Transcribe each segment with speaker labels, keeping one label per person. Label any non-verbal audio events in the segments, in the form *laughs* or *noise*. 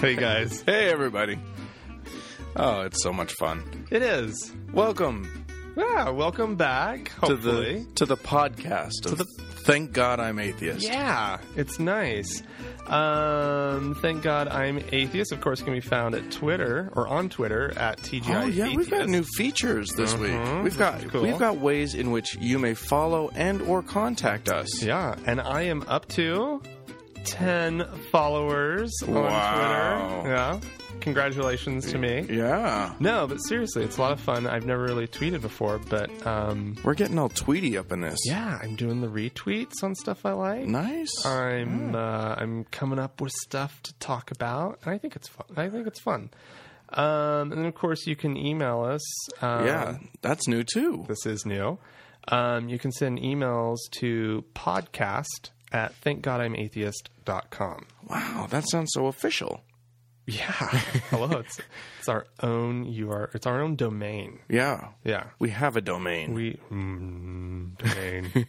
Speaker 1: Hey
Speaker 2: *laughs*
Speaker 1: guys,
Speaker 2: Hey, everybody. Oh, it's so much fun.
Speaker 1: it is.
Speaker 2: Welcome
Speaker 1: Yeah, welcome back. Hopefully,
Speaker 2: to the to the podcast. Of
Speaker 1: the-
Speaker 2: Thank God I'm atheist.
Speaker 1: yeah, it's nice. Um, thank God I'm atheist. Of course, can be found at Twitter or on Twitter at TGI.
Speaker 2: Oh yeah, Mm-hmm. we've got new features this
Speaker 1: Mhm,
Speaker 2: week. We've
Speaker 1: this
Speaker 2: got
Speaker 1: is cool.
Speaker 2: we've got ways in which you may follow and or contact us.
Speaker 1: Yeah, and I am up to ten followers on
Speaker 2: Wow.
Speaker 1: Twitter. Yeah, congratulations to me.
Speaker 2: Yeah.
Speaker 1: No, but seriously, it's a lot of fun. I've never really tweeted before, but um,
Speaker 2: We're getting all tweety up in this.
Speaker 1: yeah, I'm doing the retweets on stuff I like.
Speaker 2: Nice.
Speaker 1: I'm uh, I'm coming up with stuff to talk about, and I think it's fun. I think it's fun. Um, and then, of course, you can email us. Um,
Speaker 2: yeah, that's new too.
Speaker 1: this is new. Um, you can send emails to podcast at thankgodimatheist.com.
Speaker 2: Wow, that sounds so official.
Speaker 1: Yeah, *laughs* hello. It's it's our own UR. It's our own domain.
Speaker 2: Yeah.
Speaker 1: Yeah,
Speaker 2: We have a domain.
Speaker 1: we mm, domain.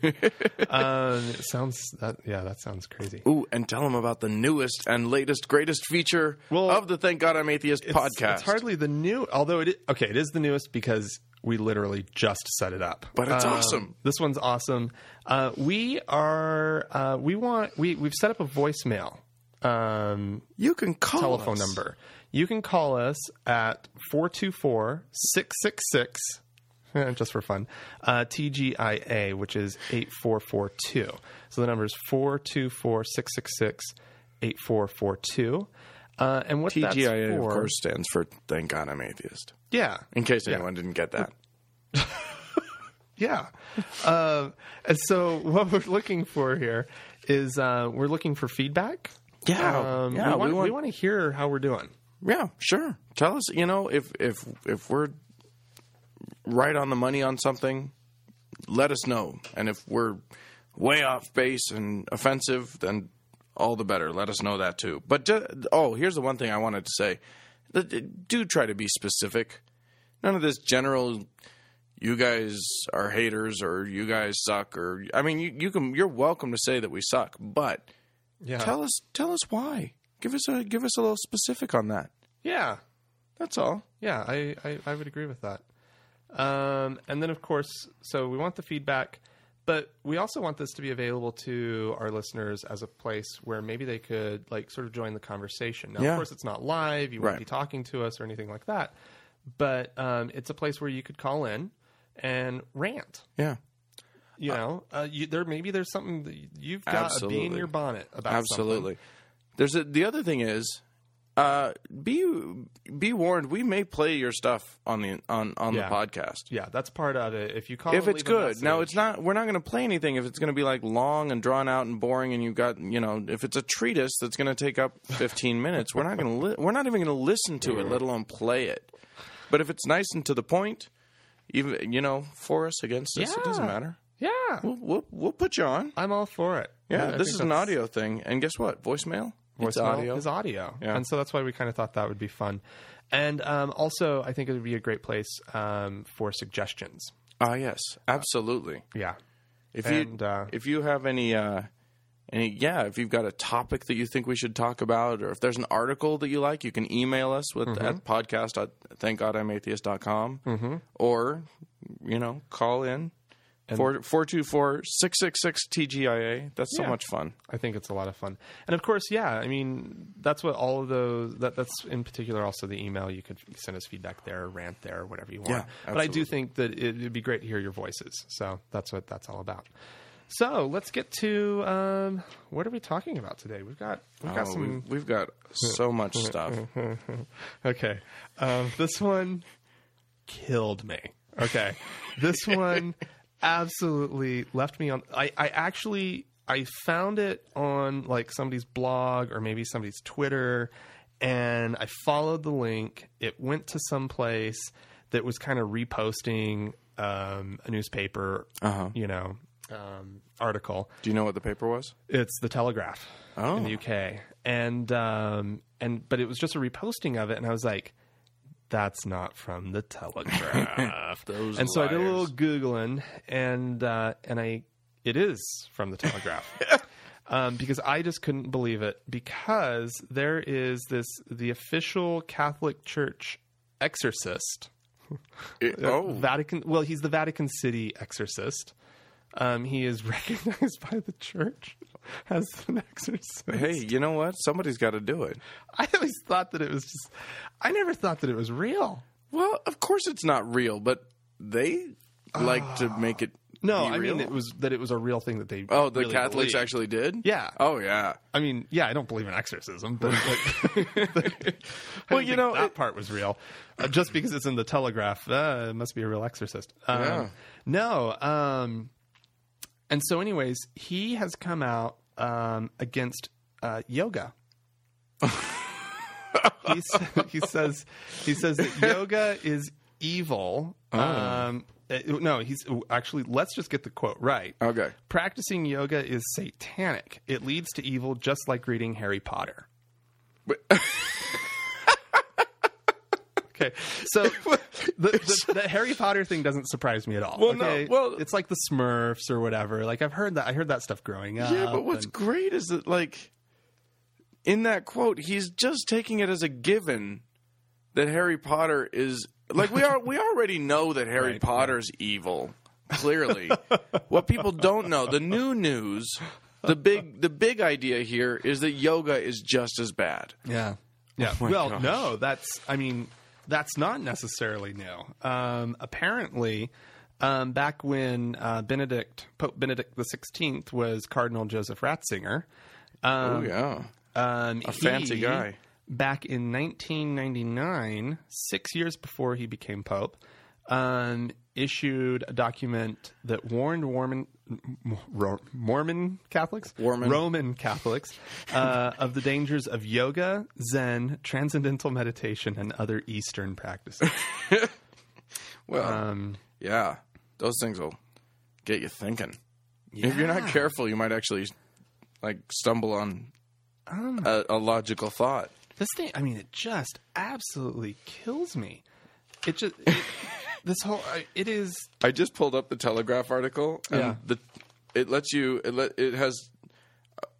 Speaker 1: um, it sounds that yeah, that sounds crazy.
Speaker 2: Ooh, and tell them about the newest and latest, greatest feature
Speaker 1: Well,
Speaker 2: of the Thank God I'm Atheist
Speaker 1: It's-
Speaker 2: podcast.
Speaker 1: It's hardly the new, although it is, okay, it is the newest because we literally just set it up.
Speaker 2: But it's
Speaker 1: Um,
Speaker 2: awesome.
Speaker 1: This one's awesome. Uh, we are uh, we want we we've set up a voicemail um,
Speaker 2: You can call
Speaker 1: telephone
Speaker 2: us.
Speaker 1: number. You can call us at 424-666 eh, *laughs* just for fun. Uh, TGIA, which is 8442. So the number is 424-666-8442. Uh, and what that's
Speaker 2: TGIA,
Speaker 1: for,
Speaker 2: of course, stands for Thank God I'm Atheist.
Speaker 1: yeah,
Speaker 2: In case anyone didn't get that.
Speaker 1: yeah. uh, and so what we're looking for here is uh, we're looking for feedback.
Speaker 2: Yeah,
Speaker 1: um,
Speaker 2: yeah,
Speaker 1: we, want,
Speaker 2: we want-
Speaker 1: we want to hear how we're doing.
Speaker 2: Yeah, sure. Tell us, you know, if if if we're right on the money on something, let us know. And if we're way off base and offensive, then all the better. Let us know that too. But ju- oh, here's the one thing I wanted to say: Th- do try to be specific. None of this general. You guys are haters, or you guys suck, or I mean, you, you can. You're welcome to say that we suck, but
Speaker 1: Yeah,
Speaker 2: tell us, tell us why. Give us a give us a little specific on that.
Speaker 1: yeah,
Speaker 2: That's all.
Speaker 1: yeah. I, I I would agree with that. Um, and then of course, so we want the feedback, but we also want this to be available to our listeners as a place where maybe they could like sort of join the conversation. Now, of
Speaker 2: Yeah.
Speaker 1: course, it's not live; you won't
Speaker 2: Right.
Speaker 1: be talking to us or anything like that. But um, it's a place where you could call in and rant.
Speaker 2: Yeah.
Speaker 1: you know, uh, you, there maybe there's something that you've got a bee in
Speaker 2: Absolutely.
Speaker 1: your bonnet about.
Speaker 2: Absolutely. There's a, the other thing is uh, be be warned we may play your stuff on the on on
Speaker 1: Yeah.
Speaker 2: the podcast.
Speaker 1: something. Yeah, that's part of it. If you call,
Speaker 2: If
Speaker 1: and
Speaker 2: it's
Speaker 1: leave a
Speaker 2: good. Now
Speaker 1: message-
Speaker 2: it's not we're not going to play anything if it's going to be like long and drawn out and boring and you've got, you know, if it's a treatise that's going to take up 15 minutes, we're not going to li- we're not even going to listen to it, let alone play it. But if it's nice and to the point, even you know, for us against us, it doesn't
Speaker 1: Yeah.
Speaker 2: matter.
Speaker 1: yeah,
Speaker 2: We'll, we'll we'll put you on.
Speaker 1: I'm all for it. I- I
Speaker 2: Yeah, this
Speaker 1: think
Speaker 2: is an
Speaker 1: that's-
Speaker 2: audio thing, and guess what? Voicemail. it's
Speaker 1: voicemail
Speaker 2: audio.
Speaker 1: is audio.
Speaker 2: Yeah.
Speaker 1: And so that's why we kind of thought that would be fun. And um, also, I think it would be a great place um, for suggestions.
Speaker 2: Ah, yes, absolutely.
Speaker 1: Yeah.
Speaker 2: If
Speaker 1: And
Speaker 2: you
Speaker 1: uh,
Speaker 2: if you have any uh, any yeah, if you've got a topic that you think we should talk about, or if there's an article that you like, you can email us with
Speaker 1: Mm-hmm.
Speaker 2: at podcast at thankgodimatheist.com mm-hmm. or you know call in. Four four two four six six six TGIA. That's so
Speaker 1: Yeah.
Speaker 2: much fun.
Speaker 1: I think it's a lot of fun. And of course, yeah, I mean, that's what all of those, that, that's in particular also the email. You could send us feedback there, rant there, whatever you want.
Speaker 2: Yeah,
Speaker 1: but I do
Speaker 2: absolutely.
Speaker 1: think that it, it'd be great to hear your voices. So that's what that's all about. So let's get to um, what are we talking about today? We've got we've got
Speaker 2: Oh,
Speaker 1: some Mm-hmm.
Speaker 2: we've, we've got
Speaker 1: *laughs*
Speaker 2: so much stuff.
Speaker 1: Okay. Um, this one killed me. Okay. This one absolutely left me on. I, I actually I found it on like somebody's blog or maybe somebody's Twitter, and I followed the link. It went to some place that was kind of reposting um, a newspaper, you know, um, article
Speaker 2: Do you know what the paper was?
Speaker 1: it's the Telegraph
Speaker 2: Oh.
Speaker 1: in the UK, and um, and but it was just a reposting of it, and I was like, "That's not from the Telegraph."
Speaker 2: *laughs* Those
Speaker 1: and so I did a little
Speaker 2: liars. *laughs*
Speaker 1: googling, and uh, and I it is from the Telegraph. um, because I just couldn't believe it. Because there is this the official Catholic Church exorcist.
Speaker 2: It- oh,
Speaker 1: Vatican. Well, he's the Vatican City exorcist. Um, he is *laughs* recognized by the church as an exorcist.
Speaker 2: hey, you know what? Somebody's got to do it.
Speaker 1: I always thought that it was just. I never thought that it was real.
Speaker 2: Well, of course it's not real, but they like to make it.
Speaker 1: Ah. No,
Speaker 2: be
Speaker 1: I
Speaker 2: real.
Speaker 1: mean it was that it was a real thing that they.
Speaker 2: Oh, the
Speaker 1: really
Speaker 2: Catholics
Speaker 1: believed.
Speaker 2: actually did.
Speaker 1: Yeah.
Speaker 2: Oh yeah.
Speaker 1: I mean, yeah, I don't believe in exorcism, but like, *laughs*
Speaker 2: Well,
Speaker 1: well,
Speaker 2: you
Speaker 1: you
Speaker 2: know,
Speaker 1: know, that
Speaker 2: it-
Speaker 1: part was real. Uh, just because it's in the Telegraph, uh, it must be a real exorcist. Um,
Speaker 2: Yeah.
Speaker 1: No, um, and so, anyways, he has come out um, against uh, yoga. he, s- he says he says *laughs* that yoga is evil. Um, uh, no, he's actually. Let's just get the quote right.
Speaker 2: Okay.
Speaker 1: Practicing yoga is satanic. It leads to evil, just like reading Harry Potter.
Speaker 2: But- *laughs*
Speaker 1: okay, so the, the, the Harry Potter thing doesn't surprise me at all.
Speaker 2: Well, no,
Speaker 1: okay?
Speaker 2: well-
Speaker 1: it's like the Smurfs or whatever. Like I've heard that. I heard that stuff growing up.
Speaker 2: Yeah, but what's
Speaker 1: Uh, and-
Speaker 2: great is that like in that quote, he's just taking it as a given that Harry Potter is like we are we already know that Harry
Speaker 1: Right,
Speaker 2: Potter's evil, clearly. what people don't know, the new news, the big the big idea here is that yoga is just as bad.
Speaker 1: yeah, yeah.
Speaker 2: Oh my
Speaker 1: well,
Speaker 2: gosh.
Speaker 1: no, that's. I mean, that's not necessarily new. Um, apparently. Um, back when uh, Benedict Pope Benedict the Sixteenth was Cardinal Joseph Ratzinger, um,
Speaker 2: oh yeah.
Speaker 1: Um, a
Speaker 2: fancy guy.
Speaker 1: Back in 1999, six years before he became pope, um, issued a document that warned Mormon, Ro- Mormon Catholics,
Speaker 2: Mormon.
Speaker 1: Roman Catholics, uh, of the dangers of yoga, Zen, transcendental meditation, and other Eastern practices.
Speaker 2: Well,
Speaker 1: Um,
Speaker 2: yeah, those things will get you thinking. If you're not
Speaker 1: Yeah.
Speaker 2: careful, you might actually like stumble on
Speaker 1: Um,
Speaker 2: a, a logical thought.
Speaker 1: this thing i mean it just absolutely kills me it just it, this whole I- it is
Speaker 2: I just pulled up the Telegraph article, and
Speaker 1: Yeah.
Speaker 2: the it lets you it let, it has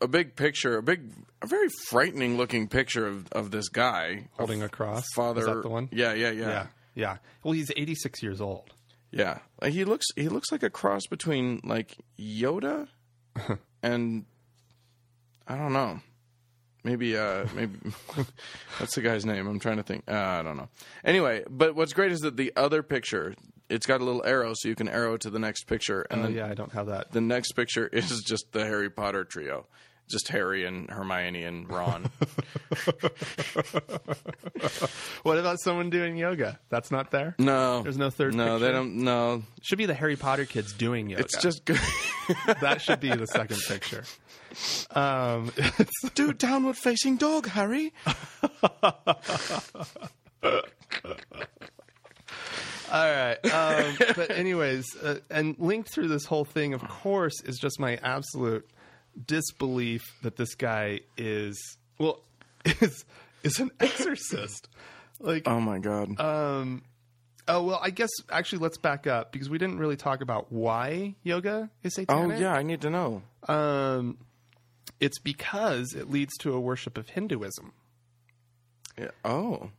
Speaker 2: a big picture, a big, a very frightening looking picture of of this guy
Speaker 1: holding a cross
Speaker 2: father.
Speaker 1: is that the one
Speaker 2: Yeah, yeah, yeah,
Speaker 1: yeah
Speaker 2: yeah.
Speaker 1: yeah well he's 86 years old
Speaker 2: Like, He looks he looks like a cross between like
Speaker 1: *laughs*
Speaker 2: Yoda and I don't know. Maybe uh maybe *laughs* what's the guy's name? I'm trying to think. Uh, I don't know. Anyway, but what's great is that the other picture, it's got a little arrow so you can arrow to the next picture and
Speaker 1: oh
Speaker 2: then
Speaker 1: yeah i don't have that
Speaker 2: the next picture *laughs* is just the Harry Potter trio. Just Harry and Hermione and Ron.
Speaker 1: *laughs* what about someone doing yoga that's not there
Speaker 2: no.
Speaker 1: There's no third
Speaker 2: No,
Speaker 1: picture?
Speaker 2: they don't no.
Speaker 1: should be the harry potter kids doing yoga
Speaker 2: It's just good. *laughs*
Speaker 1: that should be the second picture um it's-
Speaker 2: Do downward facing dog,
Speaker 1: *laughs*
Speaker 2: Harry.
Speaker 1: *laughs* all right um but anyways uh, and linked through this whole thing of course is just my absolute disbelief that this guy is well *laughs* is is an exorcist like
Speaker 2: Oh my god.
Speaker 1: Oh well, I guess actually let's back up because we didn't really talk about why yoga is
Speaker 2: oh
Speaker 1: satanic.
Speaker 2: yeah, I need to know.
Speaker 1: um, it's because it leads to a worship of Hinduism, *laughs*
Speaker 2: Yeah. Oh.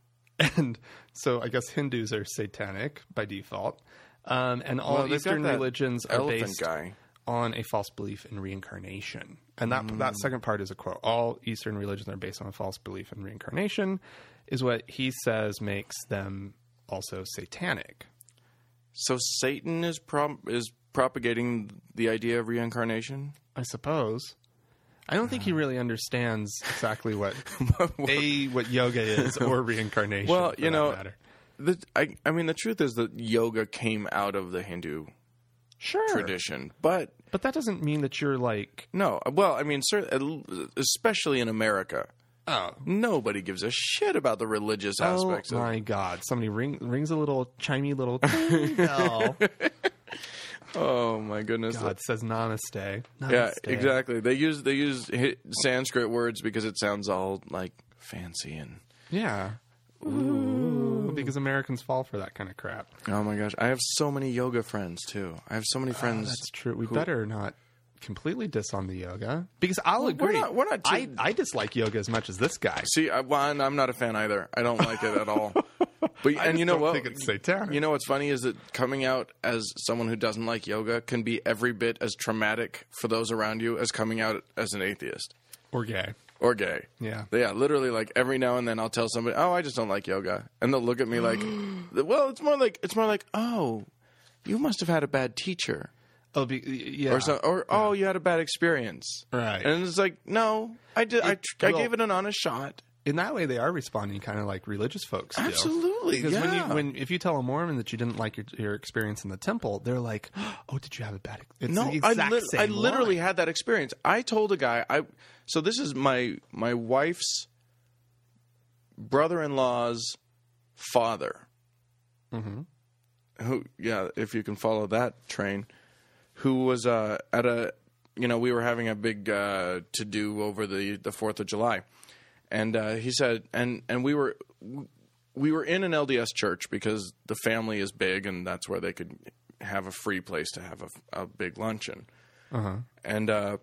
Speaker 1: and so I guess Hindus are satanic by default, um, and all
Speaker 2: Well, they've got
Speaker 1: Eastern
Speaker 2: that
Speaker 1: religions are
Speaker 2: Elephant
Speaker 1: based
Speaker 2: guy.
Speaker 1: on a false belief in reincarnation. And that
Speaker 2: Mm.
Speaker 1: that second part is a quote. All Eastern religions are based on a false belief in reincarnation, is what he says makes them also satanic.
Speaker 2: So Satan is prom- is propagating the idea of reincarnation.
Speaker 1: I suppose. I don't
Speaker 2: Ah.
Speaker 1: think he really understands exactly
Speaker 2: *laughs*
Speaker 1: what a what yoga is or reincarnation.
Speaker 2: Well,
Speaker 1: for
Speaker 2: you
Speaker 1: that
Speaker 2: know-
Speaker 1: matter.
Speaker 2: The, I I mean the truth is that yoga came out of the Hindu
Speaker 1: sure,
Speaker 2: tradition, but
Speaker 1: but that doesn't mean that you're like
Speaker 2: no. Well, I mean, cer- especially in America,
Speaker 1: oh.
Speaker 2: nobody gives a shit about the religious
Speaker 1: Oh
Speaker 2: aspects of
Speaker 1: my God! Somebody ring, rings a little chimey little
Speaker 2: *laughs*
Speaker 1: ting bell.
Speaker 2: oh my goodness
Speaker 1: God says Namaste. Namaste.
Speaker 2: yeah exactly they use they use hi- sanskrit words because it sounds all like fancy and
Speaker 1: Yeah. Because Americans fall for that kind of crap.
Speaker 2: oh my gosh i have so many yoga friends too i have so many friends
Speaker 1: That's true. We better not completely diss on the yoga because I'll
Speaker 2: we're
Speaker 1: agree.
Speaker 2: not- we're not
Speaker 1: I,
Speaker 2: too-
Speaker 1: I dislike yoga as much as this guy.
Speaker 2: See, I, well, and I'm not a fan either. I don't like it
Speaker 1: *laughs*
Speaker 2: at all. But and you know
Speaker 1: don't
Speaker 2: what?
Speaker 1: think it's satanic.
Speaker 2: You know what's funny is that coming out as someone who doesn't like yoga can be every bit as traumatic for those around you as coming out as an atheist
Speaker 1: Or gay.
Speaker 2: or gay.
Speaker 1: Yeah.
Speaker 2: Yeah, literally like every now and then I'll tell somebody, "Oh, I just don't like yoga." And they'll look at
Speaker 1: *gasps*
Speaker 2: me like, "Well, it's more like it's more like, "Oh, you must have had a bad teacher."
Speaker 1: It'll be Ah. yeah.
Speaker 2: Or so, or "Oh, you had a bad experience."
Speaker 1: Right.
Speaker 2: And it's like, "No, I did I, tr- I
Speaker 1: will-
Speaker 2: gave it an honest shot."
Speaker 1: In that way, they are responding kind of like religious folks. do.
Speaker 2: Absolutely,
Speaker 1: Because when
Speaker 2: yeah.
Speaker 1: you when if you tell a Mormon that you didn't like your, your experience in the temple, they're like, *gasps* "Oh, did you have a bad?" ex-" It's
Speaker 2: No,
Speaker 1: the exact
Speaker 2: I, lit-
Speaker 1: same
Speaker 2: I literally
Speaker 1: line.
Speaker 2: had that experience. I told a guy, I so this is my my wife's brother-in-law's father. Mm-hmm. Who, yeah, if you can follow that train, who was uh, at a, you know, we were having a big uh, to do over the the Fourth of July, and uh, he said, and and we were we were in an LDS church because the family is big and that's where they could have a free place to have a, a big luncheon. And uh,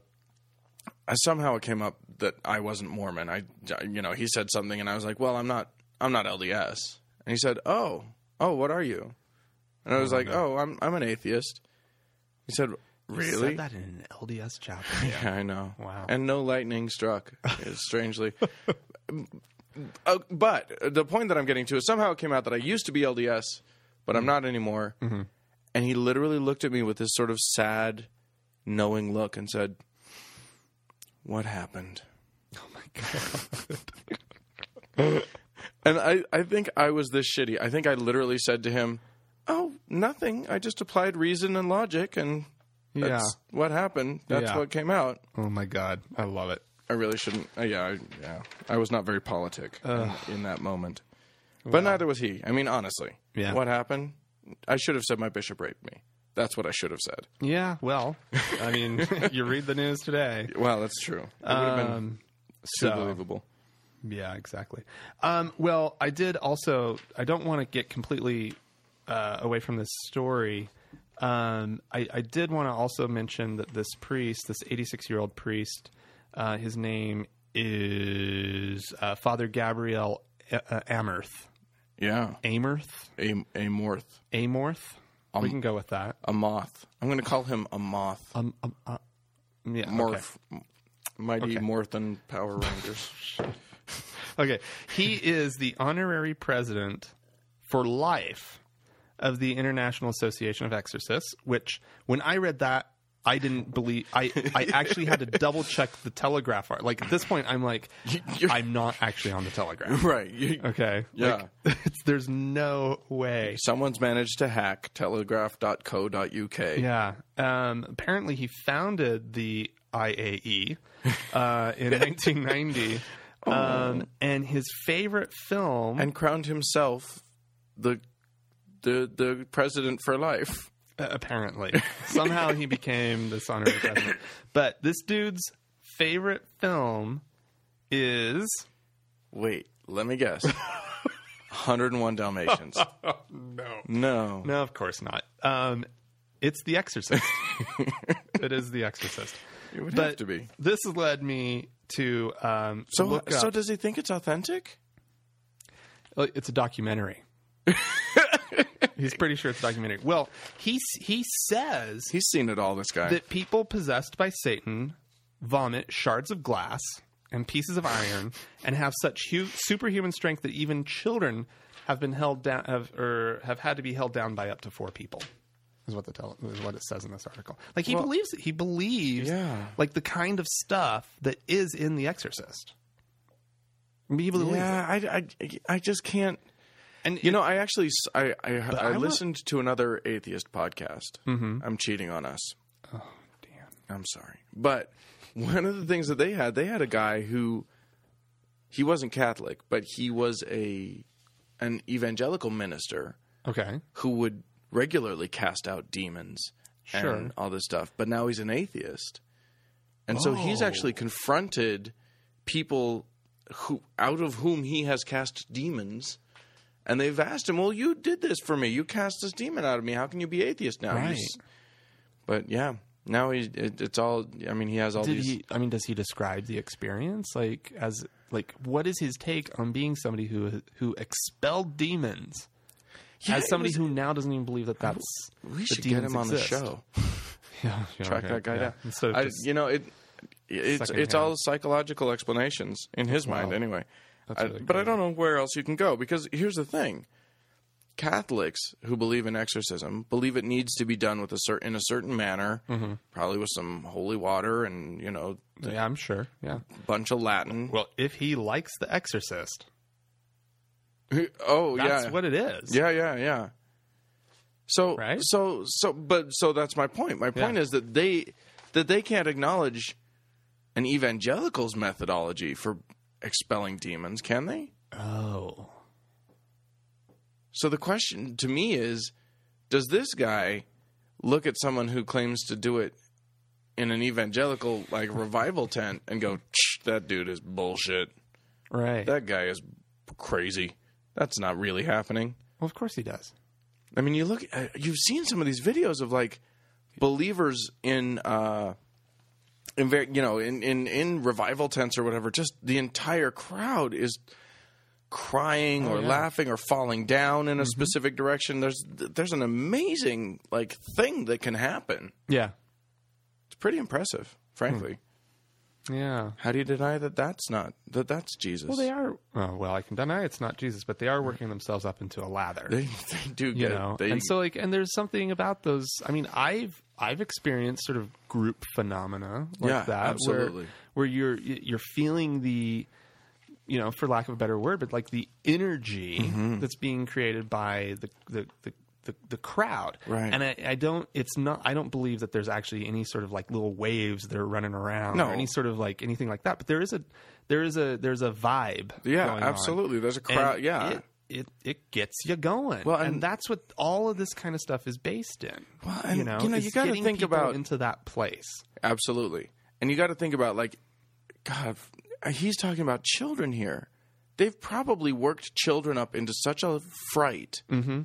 Speaker 2: I, somehow it came up that I wasn't Mormon. I, you know, he said something and I was like, "Well, I'm not. I'm not LDS." And he said, "Oh, oh, what are you?" And I was like, "Oh, I'm I'm an atheist." He said,
Speaker 1: You
Speaker 2: "Really?"
Speaker 1: said that in an LDS chapel.
Speaker 2: *laughs* Yeah, I know.
Speaker 1: Wow.
Speaker 2: And no lightning struck, strangely. *laughs* Uh, but the point that I'm getting to is somehow it came out that I used to be LDS, but
Speaker 1: Mm-hmm.
Speaker 2: I'm not anymore. And he literally looked at me with this sort of sad, knowing look and said, What happened? Oh And I, I think I was this shitty. I think I literally said to him, Oh, nothing. I just applied reason and logic, and that's what happened. That's
Speaker 1: Yeah.
Speaker 2: what came out.
Speaker 1: Oh my god, I love it.
Speaker 2: I really shouldn't. Uh, yeah, I, yeah. I was not very politic in, in that moment, but neither was he. I mean, honestly,
Speaker 1: Yeah.
Speaker 2: What happened? I should have said my bishop raped me. That's what I should have said.
Speaker 1: Yeah, well, I
Speaker 2: *laughs*
Speaker 1: mean, you read the news today.
Speaker 2: Well, that's true. It would have been too
Speaker 1: so-
Speaker 2: believable.
Speaker 1: Yeah, exactly. Um, well, I did also. I don't want to get completely uh, away from this story. Um, I, I did want to also mention that this priest, this 86 year old priest, uh, his name is uh, Father Gabriel A- uh, Amorth.
Speaker 2: Yeah,
Speaker 1: Amorth?
Speaker 2: a a morth,
Speaker 1: Amorth? we can go with that.
Speaker 2: a moth. I'm going to call him a moth.
Speaker 1: Um, um, uh, yeah, okay.
Speaker 2: Morph, mighty Morthan Power Rangers.
Speaker 1: Okay. He is the honorary president for life of the International Association of Exorcists, which when I read that, I didn't believe I, I actually had to double check the telegraph art. Like at this point I'm
Speaker 2: *laughs*
Speaker 1: like
Speaker 2: You're-
Speaker 1: I'm not actually on the telegraph.
Speaker 2: right. you-
Speaker 1: Okay.
Speaker 2: Yeah.
Speaker 1: Like, *laughs* it's, there's no way.
Speaker 2: Someone's managed to hack telegraph.co.uk.
Speaker 1: Yeah. Um, apparently, he founded the IAE uh,
Speaker 2: *laughs*
Speaker 1: in 1990. Um, and his favorite film
Speaker 2: Oh. and crowned himself the the the president for life.
Speaker 1: Uh, apparently.
Speaker 2: *laughs*
Speaker 1: Somehow he became this honorary president. But this dude's favorite film is
Speaker 2: Wait, let me *laughs* guess. 101 Dalmatians.
Speaker 1: no,
Speaker 2: *laughs* No.
Speaker 1: no, of course not. Um, it's The
Speaker 2: *laughs*
Speaker 1: Exorcist. it is The Exorcist.
Speaker 2: It would have
Speaker 1: But
Speaker 2: to be.
Speaker 1: this led me to um,
Speaker 2: So
Speaker 1: look up.
Speaker 2: so does he think it's authentic?
Speaker 1: Uh, It's a
Speaker 2: *laughs*
Speaker 1: documentary. He's pretty sure it's a documentary. Well, he s- he says
Speaker 2: He's seen it all this guy.
Speaker 1: that people possessed by Satan vomit shards of glass and pieces of iron and have such hu- superhuman strength that even children have been held down have or have had to be held down by up to four people. Is what the tell is what it says in this article. Like he believes it. He believes
Speaker 2: Yeah.
Speaker 1: like the kind of stuff that is in The Exorcist. He believes it.
Speaker 2: yeah, I, I I just can't
Speaker 1: And
Speaker 2: you know, I actually s- I I, I
Speaker 1: I wa-
Speaker 2: listened to another atheist podcast. Mm-hmm. I'm cheating on us.
Speaker 1: Damn.
Speaker 2: I'm sorry. But one of the things that they had, they had a guy who he wasn't Catholic, but he was a an evangelical minister
Speaker 1: Okay.
Speaker 2: who would regularly cast out demons
Speaker 1: Sure.
Speaker 2: and all this stuff. But now he's an atheist. And so
Speaker 1: Oh.
Speaker 2: he's actually confronted people who out of whom he has cast demons. And they've asked him, "Well, you did this for me. You cast this demon out of me. How can you be atheist now?" You
Speaker 1: Right.
Speaker 2: s- But yeah, Now he, it, it's all. I mean, he has all
Speaker 1: Did
Speaker 2: these.
Speaker 1: he? I mean, does he describe the experience like as like what is his take on being somebody who who expelled demons?
Speaker 2: Yeah,
Speaker 1: as
Speaker 2: it
Speaker 1: somebody
Speaker 2: was-
Speaker 1: who now doesn't even believe that that's
Speaker 2: we
Speaker 1: that
Speaker 2: should get
Speaker 1: demons
Speaker 2: him on
Speaker 1: exist.
Speaker 2: the show.
Speaker 1: *laughs* Yeah, yeah,
Speaker 2: Track
Speaker 1: okay,
Speaker 2: that guy
Speaker 1: yeah.
Speaker 2: down.
Speaker 1: *laughs* Instead of
Speaker 2: I-
Speaker 1: just-
Speaker 2: you know, it. It's it's
Speaker 1: secondhand.
Speaker 2: all psychological explanations in his mind, anyway. I-
Speaker 1: really
Speaker 2: but I don't know where else you can go because here's the thing: Catholics who believe in exorcism believe it needs to be done with a certain in a certain manner,
Speaker 1: Mm-hmm.
Speaker 2: probably with some holy water and you know
Speaker 1: yeah, I'm sure. Yeah,
Speaker 2: bunch of Latin. *laughs*
Speaker 3: Well, if he likes The Exorcist,
Speaker 2: oh
Speaker 3: that's
Speaker 2: yeah,
Speaker 3: what it is.
Speaker 2: Yeah, yeah, yeah. So
Speaker 1: Right?
Speaker 2: so so but so that's my point. My point
Speaker 1: Yeah.
Speaker 2: is that they that they can't acknowledge an evangelical's methodology for expelling demons, can they?
Speaker 1: Oh,
Speaker 2: So the question to me is does this guy look at someone who claims to do it in an evangelical like revival tent and go, "Tch, that dude is bullshit.
Speaker 1: right.
Speaker 2: That guy is crazy. That's not really happening.
Speaker 1: well, of course he does.
Speaker 2: I mean, you look. uh, You've seen some of these videos of like believers in, uh, in ver- you know, in, in in revival tents or whatever. Just the entire crowd is crying
Speaker 1: Oh,
Speaker 2: or laughing or falling down
Speaker 1: Mm-hmm.
Speaker 2: in a specific direction. There's there's an amazing like thing that can happen.
Speaker 1: Yeah,
Speaker 2: It's pretty impressive, frankly.
Speaker 1: Hmm. yeah.
Speaker 2: How do you deny that that's not that that's Jesus?
Speaker 1: Well, they are. Oh, well, I can deny it's not Jesus, but they are working themselves up into a lather.
Speaker 2: *laughs* they, they do
Speaker 1: you
Speaker 2: get
Speaker 1: know
Speaker 2: they
Speaker 1: and so like and there's something about those i mean i've i've experienced sort of group phenomena like
Speaker 2: Yeah,
Speaker 1: that
Speaker 2: absolutely.
Speaker 1: where where you're you're feeling the you know for lack of a better word but like the energy
Speaker 2: Mm-hmm.
Speaker 1: that's being created by the the, the the, the crowd
Speaker 2: Right.
Speaker 1: and I, I don't it's not i don't believe that there's actually any sort of like little waves that are running around
Speaker 2: No.
Speaker 1: or any sort of like anything like that but there is a there is a there's a vibe
Speaker 2: yeah,
Speaker 1: going on.
Speaker 2: absolutely. There's a
Speaker 1: And
Speaker 2: crowd. yeah,
Speaker 1: it, it it gets you going.
Speaker 2: Well,
Speaker 1: and,
Speaker 2: and-
Speaker 1: that's what all of this kind of stuff is based in.
Speaker 2: Well, and, you know,
Speaker 1: is
Speaker 2: you gotta
Speaker 1: getting
Speaker 2: think
Speaker 1: people
Speaker 2: about-
Speaker 1: into that place.
Speaker 2: Absolutely. And you got to think about like, God, he's talking about children here. They've probably worked children up into such a fright
Speaker 1: Mm-hmm.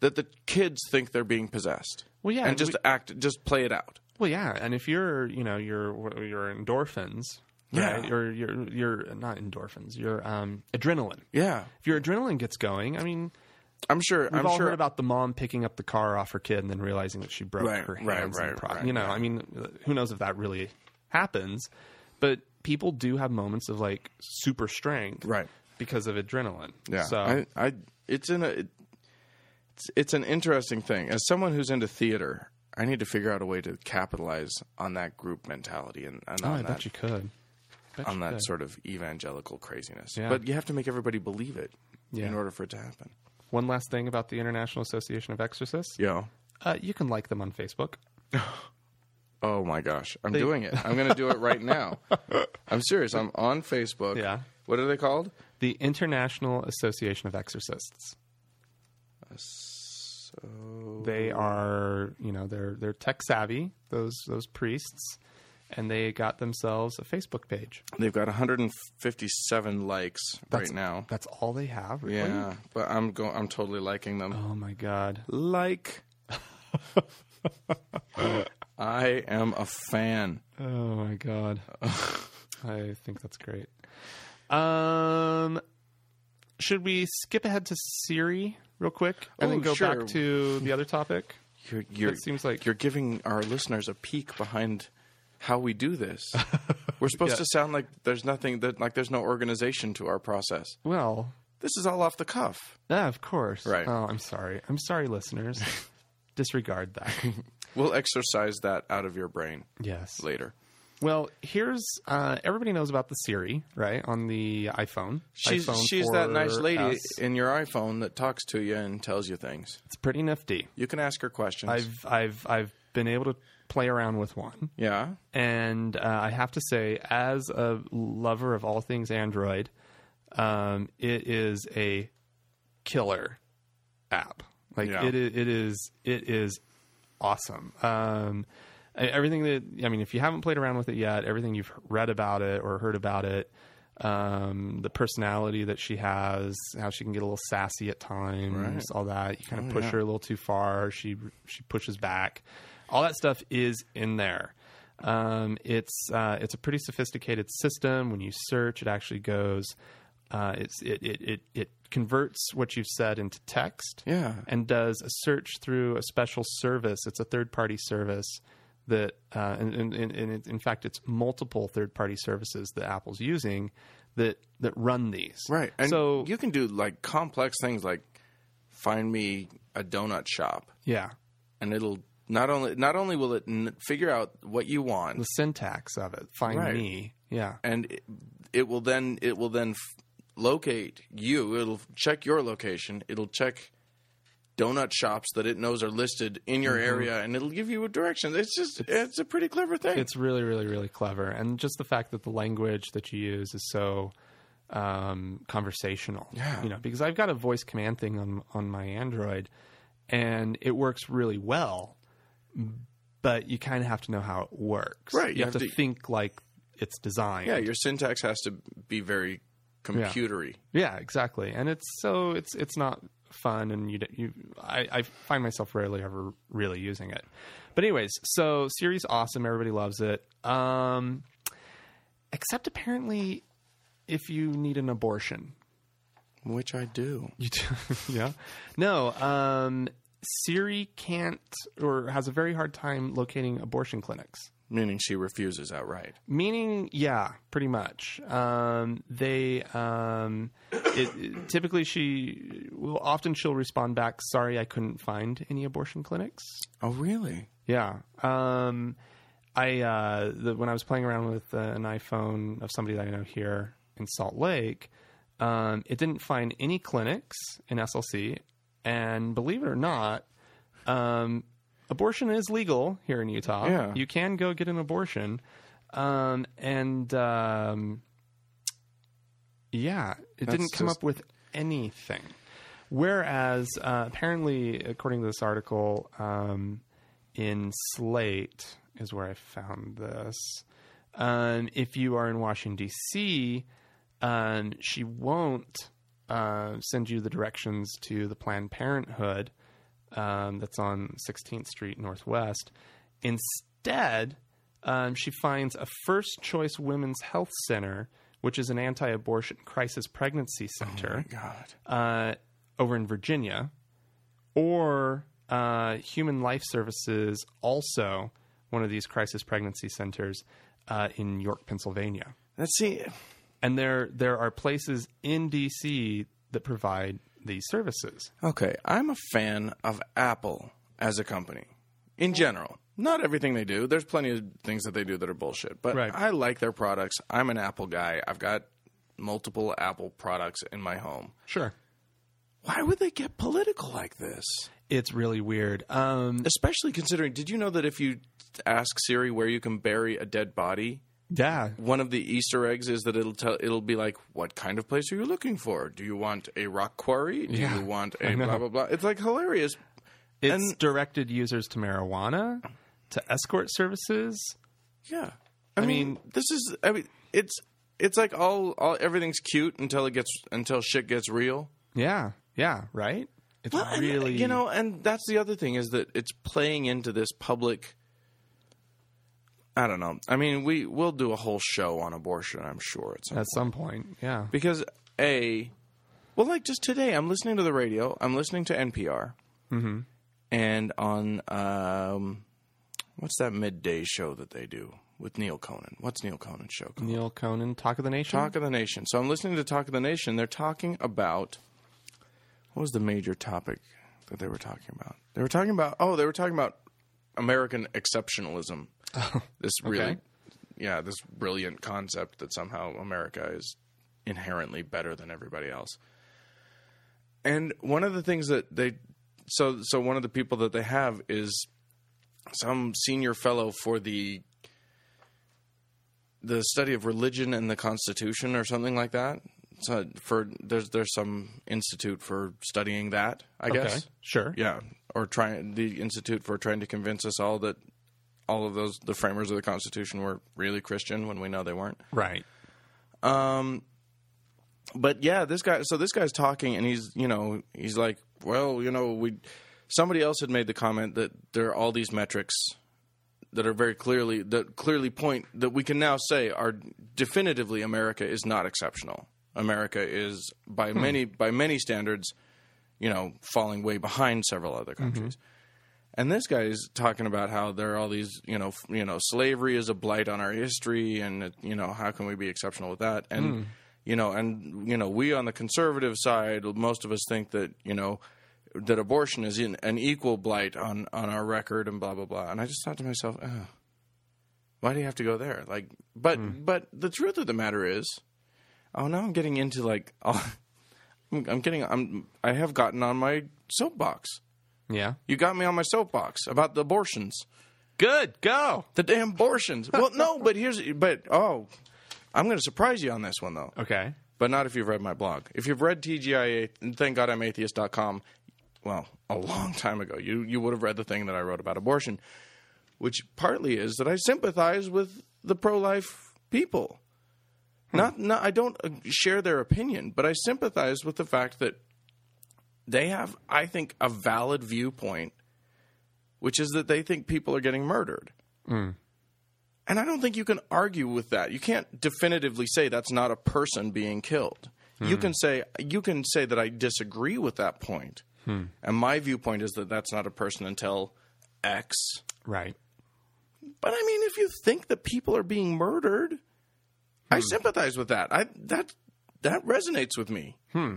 Speaker 2: that the kids think they're being possessed.
Speaker 1: Well, yeah,
Speaker 2: and
Speaker 1: and
Speaker 2: just act, just play it out.
Speaker 1: Well, yeah, and if you're you know your your endorphins,
Speaker 2: Yeah.
Speaker 1: right? Your your your not endorphins, your um adrenaline.
Speaker 2: Yeah,
Speaker 1: If your adrenaline gets going, I mean,
Speaker 2: I'm sure.
Speaker 1: we've
Speaker 2: I'm
Speaker 1: all
Speaker 2: sure
Speaker 1: heard about the mom picking up the car off her kid and then realizing that she broke
Speaker 2: Right,
Speaker 1: her
Speaker 2: right,
Speaker 1: hands. in the
Speaker 2: right,
Speaker 1: pro-
Speaker 2: right,
Speaker 1: you know,
Speaker 2: right.
Speaker 1: I mean, who knows if that really happens? But people do have moments of like super strength,
Speaker 2: Right.
Speaker 1: Because of adrenaline.
Speaker 2: Yeah,
Speaker 1: So
Speaker 2: I, I, it's in a, it- it's, it's an interesting thing. As someone who's into theater, I need to figure out a way to capitalize on that group mentality and, and
Speaker 1: Oh,
Speaker 2: on
Speaker 1: I
Speaker 2: that
Speaker 1: bet you could. Bet
Speaker 2: on
Speaker 1: you
Speaker 2: that
Speaker 1: could.
Speaker 2: sort of evangelical craziness.
Speaker 1: Yeah.
Speaker 2: But you have to make everybody believe it in
Speaker 1: Yeah.
Speaker 2: order for it to happen.
Speaker 1: One last thing about the International Association of Exorcists.
Speaker 2: Yeah.
Speaker 1: Uh, you can like them on Facebook.
Speaker 2: Oh my gosh, I'm doing it. I'm going to do it
Speaker 1: *laughs*
Speaker 2: right now. I'm serious. I'm on Facebook.
Speaker 1: Yeah.
Speaker 2: What are they called?
Speaker 1: The International Association of Exorcists.
Speaker 2: So
Speaker 1: They are, you know, they're they're tech savvy. Those those priests, and they got themselves a Facebook page.
Speaker 2: they've got 157 likes
Speaker 1: That's-
Speaker 2: right now.
Speaker 1: That's all they have. Really?
Speaker 2: Yeah, but I'm going. I'm totally liking them.
Speaker 1: Oh my god.
Speaker 2: Like. I am a fan.
Speaker 1: Oh my god. *laughs* I think that's great. Um, should we skip ahead to Siri real quick and
Speaker 2: Oh,
Speaker 1: then go
Speaker 2: sure.
Speaker 1: back to the other
Speaker 2: *laughs*
Speaker 1: topic?
Speaker 2: You're, you're,
Speaker 1: It seems like-
Speaker 2: you're giving our listeners a peek behind how we
Speaker 1: *laughs*
Speaker 2: do this. We're supposed to sound like there's nothing that like there's no organization to our process.
Speaker 1: Well,
Speaker 2: This is all off the cuff.
Speaker 1: yeah, of course.
Speaker 2: Right.
Speaker 1: Oh, I'm sorry. I'm sorry, listeners.
Speaker 2: *laughs*
Speaker 1: Disregard that.
Speaker 2: We'll exercise that out of your brain
Speaker 1: yes.
Speaker 2: later.
Speaker 1: Well, here's uh, everybody knows about the Siri, right? On the iPhone.
Speaker 2: She's
Speaker 1: iPhone
Speaker 2: she's that nice lady
Speaker 1: 4S.
Speaker 2: in your iPhone that talks to you and tells you things.
Speaker 1: It's pretty nifty.
Speaker 2: You can ask her questions.
Speaker 1: I've I've I've been able to play around with one.
Speaker 2: yeah.
Speaker 1: and uh, I have to say, as a lover of all things Android, um, it is a killer app. Like
Speaker 2: Yeah.
Speaker 1: it, i- it is, it is awesome. Um, e- everything that I mean, if you haven't played around with it yet, everything you've read about it or heard about it, um, the personality that she has, how she can get a little sassy at times, all that. You kind of push her a little too far. She she pushes back. all that stuff is in there. Um, it's uh, it's a pretty sophisticated system. When you search, it actually goes. Uh, it's it, it it it converts what you've said into text.
Speaker 2: Yeah.
Speaker 1: and does a search through a special service. It's a third party service that, uh, and, and, and, and it, in fact, it's multiple third party services that Apple's using that that run these.
Speaker 2: Right. And
Speaker 1: so
Speaker 2: you can do like complex things like find me a donut shop
Speaker 1: yeah,
Speaker 2: and it'll not only not only will it n- figure out what you want
Speaker 1: the syntax of it. Find
Speaker 2: Right.
Speaker 1: me. Yeah.
Speaker 2: and it, it will then it will then f- locate you it'll check your location it'll check donut shops that it knows are listed in your area and it'll give you a direction it's just Mm-hmm. it's, a pretty clever thing
Speaker 1: It's really, really, really clever, and just the fact that the language that you use is so um, conversational.
Speaker 2: Yeah.
Speaker 1: you know, because I've got a voice command thing on on my Android, and it works really well, but you kind of have to know how it works.
Speaker 2: Right,
Speaker 1: you,
Speaker 2: you
Speaker 1: have,
Speaker 2: have
Speaker 1: to,
Speaker 2: to-
Speaker 1: think like it's designed.
Speaker 2: yeah your syntax has to be very computery
Speaker 1: Yeah, exactly. And it's so it's it's not fun, and you d- you I, I find myself rarely ever really using it. But anyways, so Siri's awesome. Everybody loves it. Um, except apparently, if you need an abortion,
Speaker 2: which i do
Speaker 1: you do. *laughs* yeah. No. Um, Siri can't or has a very hard time locating abortion clinics.
Speaker 2: meaning she refuses outright
Speaker 1: Meaning, yeah, pretty much. Um, they um, it, it- typically she will often she'll respond back, "Sorry, I couldn't find any abortion clinics."
Speaker 2: oh really
Speaker 1: Yeah. Um, I uh, the, when I was playing around with uh, an iPhone of somebody that I know here in Salt Lake, um, it didn't find any clinics in SLC, and believe it or not, um, abortion is legal here in Utah.
Speaker 2: Yeah.
Speaker 1: You can go get an abortion, um, and um, yeah, it didn't come
Speaker 2: just-
Speaker 1: up with anything. Whereas uh, apparently, according to this article, um, in Slate is where I found this. Um, if you are in Washington D.C., um, she won't uh, send you the directions to the Planned Parenthood um, that's on 16th Street Northwest. Instead, um, she finds a First Choice Women's Health Center, which is an anti-abortion crisis pregnancy center
Speaker 2: god
Speaker 1: uh, over in Virginia, or uh, Human Life Services, also one of these crisis pregnancy centers uh, in York, Pennsylvania.
Speaker 2: let's see
Speaker 1: And there there are places in D.C. that provide these services.
Speaker 2: Okay, I'm a fan of Apple as a company in general. Not everything they do. There's plenty of things that they do that are bullshit, but
Speaker 1: Right.
Speaker 2: I like their products. I'm an Apple guy. I've got multiple Apple products in my home.
Speaker 1: Sure,
Speaker 2: Why would they get political like this?
Speaker 1: it's really weird. Um,
Speaker 2: Especially considering, did you know that if you ask Siri where you can bury a dead body,
Speaker 1: yeah,
Speaker 2: one of the Easter eggs is that it'll tell it'll be like, what kind of place are you looking for? Do you want a rock quarry? Do
Speaker 1: Yeah,
Speaker 2: you want
Speaker 1: I
Speaker 2: a
Speaker 1: know.
Speaker 2: blah blah blah? It's like hilarious.
Speaker 1: it's
Speaker 2: And-
Speaker 1: directed users to marijuana, to escort services.
Speaker 2: Yeah. I, mean,
Speaker 1: mean-
Speaker 2: this is I mean it's it's like all all everything's cute until it gets until shit gets real.
Speaker 1: Yeah, yeah, right. uh, It's
Speaker 2: Well, and,
Speaker 1: really
Speaker 2: you know, and that's the other thing is that it's playing into this public I don't know. I mean, we we'll do a whole show on abortion, I'm sure at some
Speaker 1: at some point. Yeah,
Speaker 2: because a well like just today i'm listening to the radio i'm listening to npr Mm-hmm. and on um what's that midday show that they do with neil conan what's neil conan's show called?
Speaker 1: Neil Conan, Talk of the Nation.
Speaker 2: talk of the nation so i'm listening to talk of the nation they're talking about what was the major topic that they were talking about they were talking about oh they were talking about american exceptionalism this really
Speaker 1: okay.
Speaker 2: yeah this brilliant concept that somehow america is inherently better than everybody else and one of the things that they so so one of the people that they have is some senior fellow for the the study of religion and the constitution or something like that so for there's there's some institute for studying that i guess
Speaker 1: Sure.
Speaker 2: yeah, or trying the Institute for trying to convince us all that all of those the framers of the Constitution were really Christian when we know they weren't.
Speaker 1: Right.
Speaker 2: But yeah, this guy. So this guy's talking, and he's you know he's like, well, you know, we somebody else had made the comment that there are all these metrics that are very clearly that clearly point that we can now say are definitively America is not exceptional. America is by many by many standards, you know, falling way behind several other countries. And this guy is talking about how there are all these, you know, f- you know, slavery is a blight on our history, and uh, you know, how can we be exceptional with that? And you know, and you know, we on the conservative side, most of us think that you know that abortion is in, an equal blight on on our record, and blah blah blah. And I just thought to myself, Ugh, why do you have to go there? Like, but but the truth of the matter is, oh, now I'm getting into like, *laughs* I'm, I'm getting, I'm, I have gotten on my soapbox.
Speaker 1: Yeah.
Speaker 2: You got me on my soapbox about the abortions.
Speaker 1: Good. Go.
Speaker 2: The damn abortions. well, no, but here's but oh, I'm going to surprise you on this one though.
Speaker 1: Okay.
Speaker 2: But not if you've read my blog. If you've read TGIA, and thank God I'm atheist.com, well, a long time ago, you you would have read the thing that I wrote about abortion, which partly is that I sympathize with the pro-life people. Not, not I don't uh, share their opinion, but I sympathize with the fact that they have, I think, a valid viewpoint, which is that they think people are getting murdered. And I don't think you can argue with that. You can't definitively say that's not a person being killed. You can say you can say that I disagree with that point, and my viewpoint is that that's not a person until X.
Speaker 1: Right.
Speaker 2: But I mean, if you think that people are being murdered, I sympathize with that. I that that resonates with me. Hmm.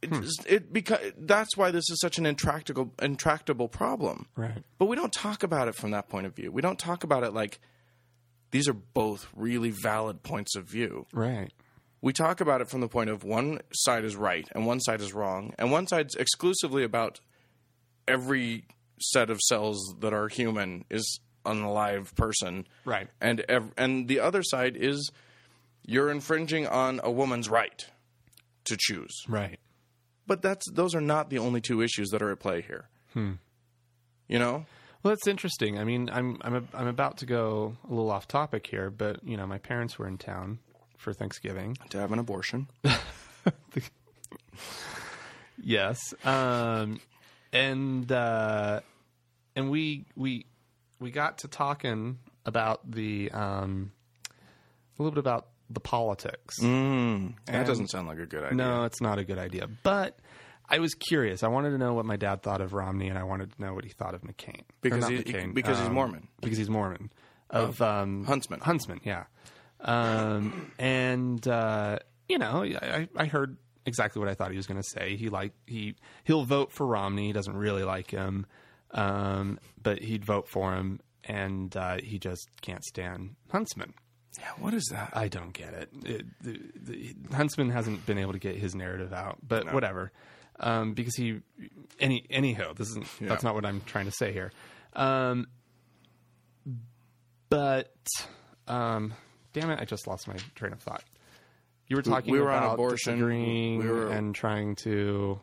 Speaker 2: It, it because that's why this is such an intractable intractable problem.
Speaker 1: Right.
Speaker 2: But we don't talk about it from that point of view. We don't talk about it like these are both really valid points of view.
Speaker 1: Right.
Speaker 2: We talk about it from the point of one side is right and one side is wrong, and one side's exclusively about every set of cells that are human is an alive person.
Speaker 1: Right.
Speaker 2: And ev- and the other side is you're infringing on a woman's right to choose.
Speaker 1: Right.
Speaker 2: But that's those are not the only two issues that are at play here. You know?
Speaker 1: Well, that's interesting. I mean, I'm I'm a, I'm about to go a little off topic here, but you know, my parents were in town for Thanksgiving.
Speaker 2: To have an abortion.
Speaker 1: Yes. Um, and uh, and we we we got to talking about the um, a little bit about the politics.
Speaker 2: Mm. That doesn't sound like a good idea.
Speaker 1: No, it's not a good idea. But I was curious. I wanted to know what my dad thought of Romney, and I wanted to know what he thought of McCain Or
Speaker 2: Because
Speaker 1: not Um,
Speaker 2: he- because he's Oh. Mormon.
Speaker 1: Because he's Mormon. Of um,
Speaker 2: Huntsman.
Speaker 1: Huntsman, yeah. Um, and uh, you know, I, I heard exactly what I thought he was going to say. He like he he'll vote for Romney. He doesn't really like him, um, but he'd vote for him. And uh, he just can't stand Huntsman.
Speaker 2: Yeah, what is that?
Speaker 1: I don't get it. It- the, the, Huntsman hasn't been able to get his narrative out, but whatever. Um, because he, any anyhow, this isn't. That's not what I'm trying to say here. Um, but um, damn it, I just lost my train of thought. You were talking
Speaker 2: we were on
Speaker 1: about
Speaker 2: abortion.
Speaker 1: disagreeing
Speaker 2: We were-
Speaker 1: and trying to.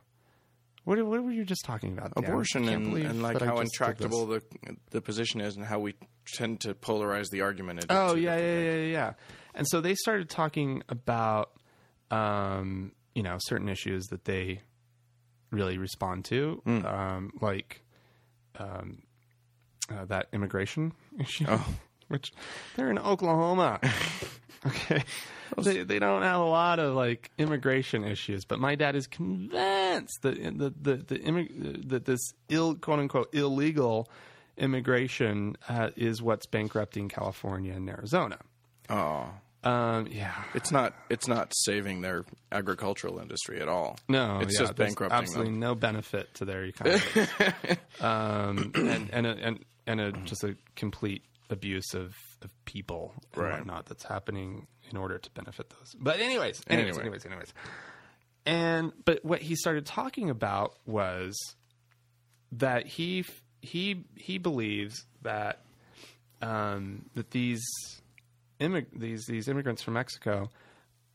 Speaker 1: What, what were you just talking about? Dan?
Speaker 2: abortion
Speaker 1: Can't
Speaker 2: and,
Speaker 1: believe
Speaker 2: and like
Speaker 1: that I
Speaker 2: how
Speaker 1: just did this.
Speaker 2: intractable the the position is and how we tend to polarize the argument. Into
Speaker 1: Oh
Speaker 2: two
Speaker 1: yeah,
Speaker 2: different
Speaker 1: yeah,
Speaker 2: things.
Speaker 1: yeah, yeah, yeah. And so they started talking about, um, you know, certain issues that they really respond to,
Speaker 2: Mm.
Speaker 1: um, like um, uh, that immigration *laughs* issue, which they're in Oklahoma. okay, they, they don't have a lot of like immigration issues, but my dad is convinced that the the the, immig- that this ill quote unquote illegal immigration uh, is what's bankrupting California and Arizona.
Speaker 2: Oh,
Speaker 1: Um, yeah,
Speaker 2: it's not it's not saving their agricultural industry at all.
Speaker 1: No,
Speaker 2: *laughs* it's
Speaker 1: yeah,
Speaker 2: just
Speaker 1: there's
Speaker 2: bankrupting
Speaker 1: Absolutely
Speaker 2: them.
Speaker 1: no benefit to their
Speaker 2: *laughs*
Speaker 1: economy, um, and and a, and and a, just a complete abuse of, of people and
Speaker 2: Right.
Speaker 1: whatnot that's happening in order to benefit those. But anyways, anyways,
Speaker 2: Anyway.
Speaker 1: anyways, anyways. And but what he started talking about was that he f- he he believes that um, that these immig- these these immigrants from Mexico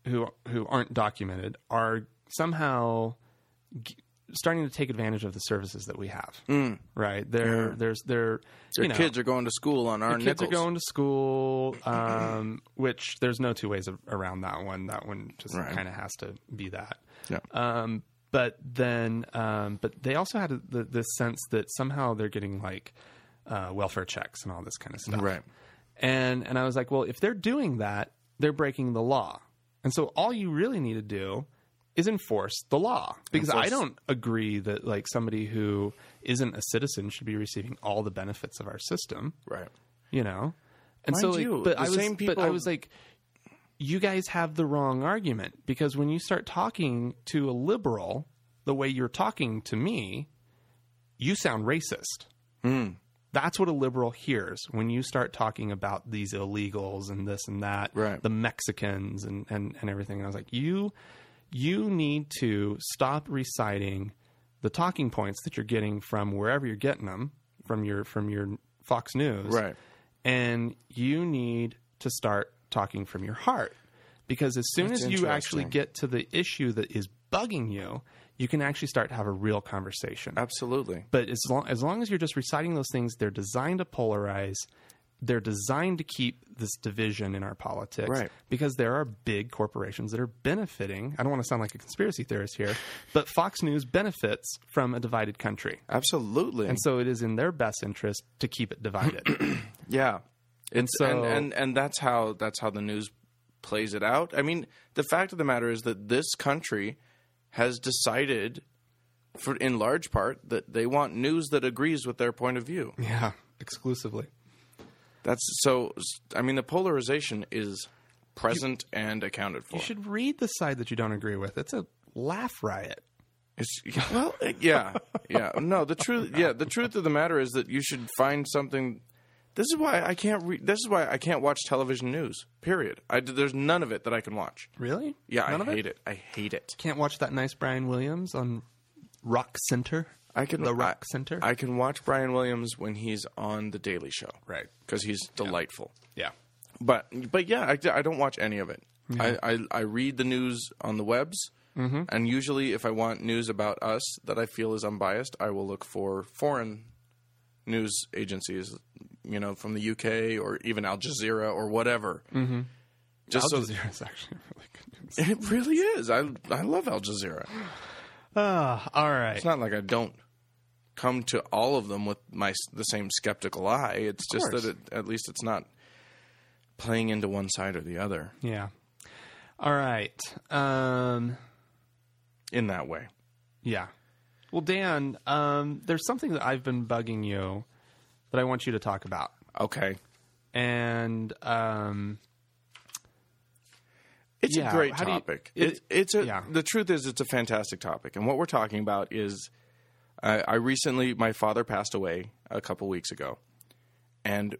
Speaker 1: who who aren't documented are somehow g- starting to take advantage of the services that we have. Right? They're there's they're
Speaker 2: Their
Speaker 1: you know,
Speaker 2: Mm. kids are going to school on our
Speaker 1: kids
Speaker 2: nickels.
Speaker 1: are going to school, um, *laughs* which there's no two ways of, around that one. That one just
Speaker 2: Right.
Speaker 1: kind of has to be that.
Speaker 2: Yeah.
Speaker 1: Um, but then, um, but they also had the, this sense that somehow they're getting like uh, welfare checks and all this kind of stuff.
Speaker 2: Right.
Speaker 1: And and I was like, well, if they're doing that, they're breaking the law. And so all you really need to do is enforce the law because I
Speaker 2: Enforce-
Speaker 1: don't agree that like somebody who isn't a citizen should be receiving all the benefits of our system
Speaker 2: Right.
Speaker 1: you know. And so,
Speaker 2: Mind
Speaker 1: like,
Speaker 2: you,
Speaker 1: but
Speaker 2: the
Speaker 1: I was,
Speaker 2: same
Speaker 1: but I
Speaker 2: people-
Speaker 1: was like, you guys have the wrong argument because when you start talking to a liberal the way you're talking to me, you sound racist.
Speaker 2: Hmm.
Speaker 1: That's what a liberal hears when you start talking about these illegals and this and that,
Speaker 2: Right.
Speaker 1: the Mexicans and, and, and everything. And I was like, you, you need to stop reciting the talking points that you're getting from wherever you're getting them from your from your Fox News,
Speaker 2: Right.
Speaker 1: And you need to start talking from your heart because as soon
Speaker 2: That's
Speaker 1: as you actually
Speaker 2: interesting.
Speaker 1: get to the issue that is bugging you, you can actually start to have a real conversation.
Speaker 2: Absolutely.
Speaker 1: But as long, as long as you're just reciting those things, they're designed to polarize. They're designed to keep this division in our politics
Speaker 2: Right.
Speaker 1: because there are big corporations that are benefiting. I don't want to sound like a conspiracy theorist here, but Fox News benefits from a divided country.
Speaker 2: Absolutely.
Speaker 1: And so it is in their best interest to keep it divided.
Speaker 2: *clears throat* yeah.
Speaker 1: and so
Speaker 2: and, and and that's how that's how the news plays it out. I mean, the fact of the matter is that this country has decided for in large part that they want news that agrees with their point of view.
Speaker 1: yeah, exclusively.
Speaker 2: That's so I mean the polarization is present and accounted for.
Speaker 1: You should read the side that you don't agree with. It's a laugh riot.
Speaker 2: It's, *laughs* well, yeah, yeah. No, the truth. Yeah, the truth of the matter is that you should find something. This is why I can't. Re- this is why I can't watch television news. Period. I, there's none of it that I can watch.
Speaker 1: Really?
Speaker 2: Yeah,
Speaker 1: None
Speaker 2: I
Speaker 1: of
Speaker 2: hate it? I hate it.
Speaker 1: Can't watch that nice Brian Williams on Rock Center.
Speaker 2: I can
Speaker 1: The Rock
Speaker 2: I-
Speaker 1: Center.
Speaker 2: I can watch Brian Williams when he's on the Daily Show,
Speaker 1: Right.
Speaker 2: Because he's delightful.
Speaker 1: yeah.
Speaker 2: But but yeah, I, I don't watch any of it. I, I I read the news on the webs, and usually if I want news about us that I feel is unbiased, I will look for foreign news agencies, you know, from the UK or even Al Jazeera or whatever. Mm-hmm. Just
Speaker 1: Al
Speaker 2: so
Speaker 1: Jazeera is *laughs* actually really good news.
Speaker 2: *laughs* it really is. I I love Al Jazeera.
Speaker 1: Ah, all right.
Speaker 2: It's not like I don't come to all of them with my the same skeptical eye. It's just
Speaker 1: course.
Speaker 2: that it, at least it's not playing into one side or the other
Speaker 1: Yeah. All right. Um,
Speaker 2: in that way.
Speaker 1: yeah. Well, Dan, um, there's something that I've been bugging you that I want you to talk about,
Speaker 2: Okay.
Speaker 1: and um,
Speaker 2: It's
Speaker 1: Yeah,
Speaker 2: a great
Speaker 1: how do you-
Speaker 2: topic.
Speaker 1: it-
Speaker 2: it, it's a,
Speaker 1: yeah.
Speaker 2: the truth is it's a fantastic topic, and what we're talking about is, I, I recently my father passed away a couple weeks ago, and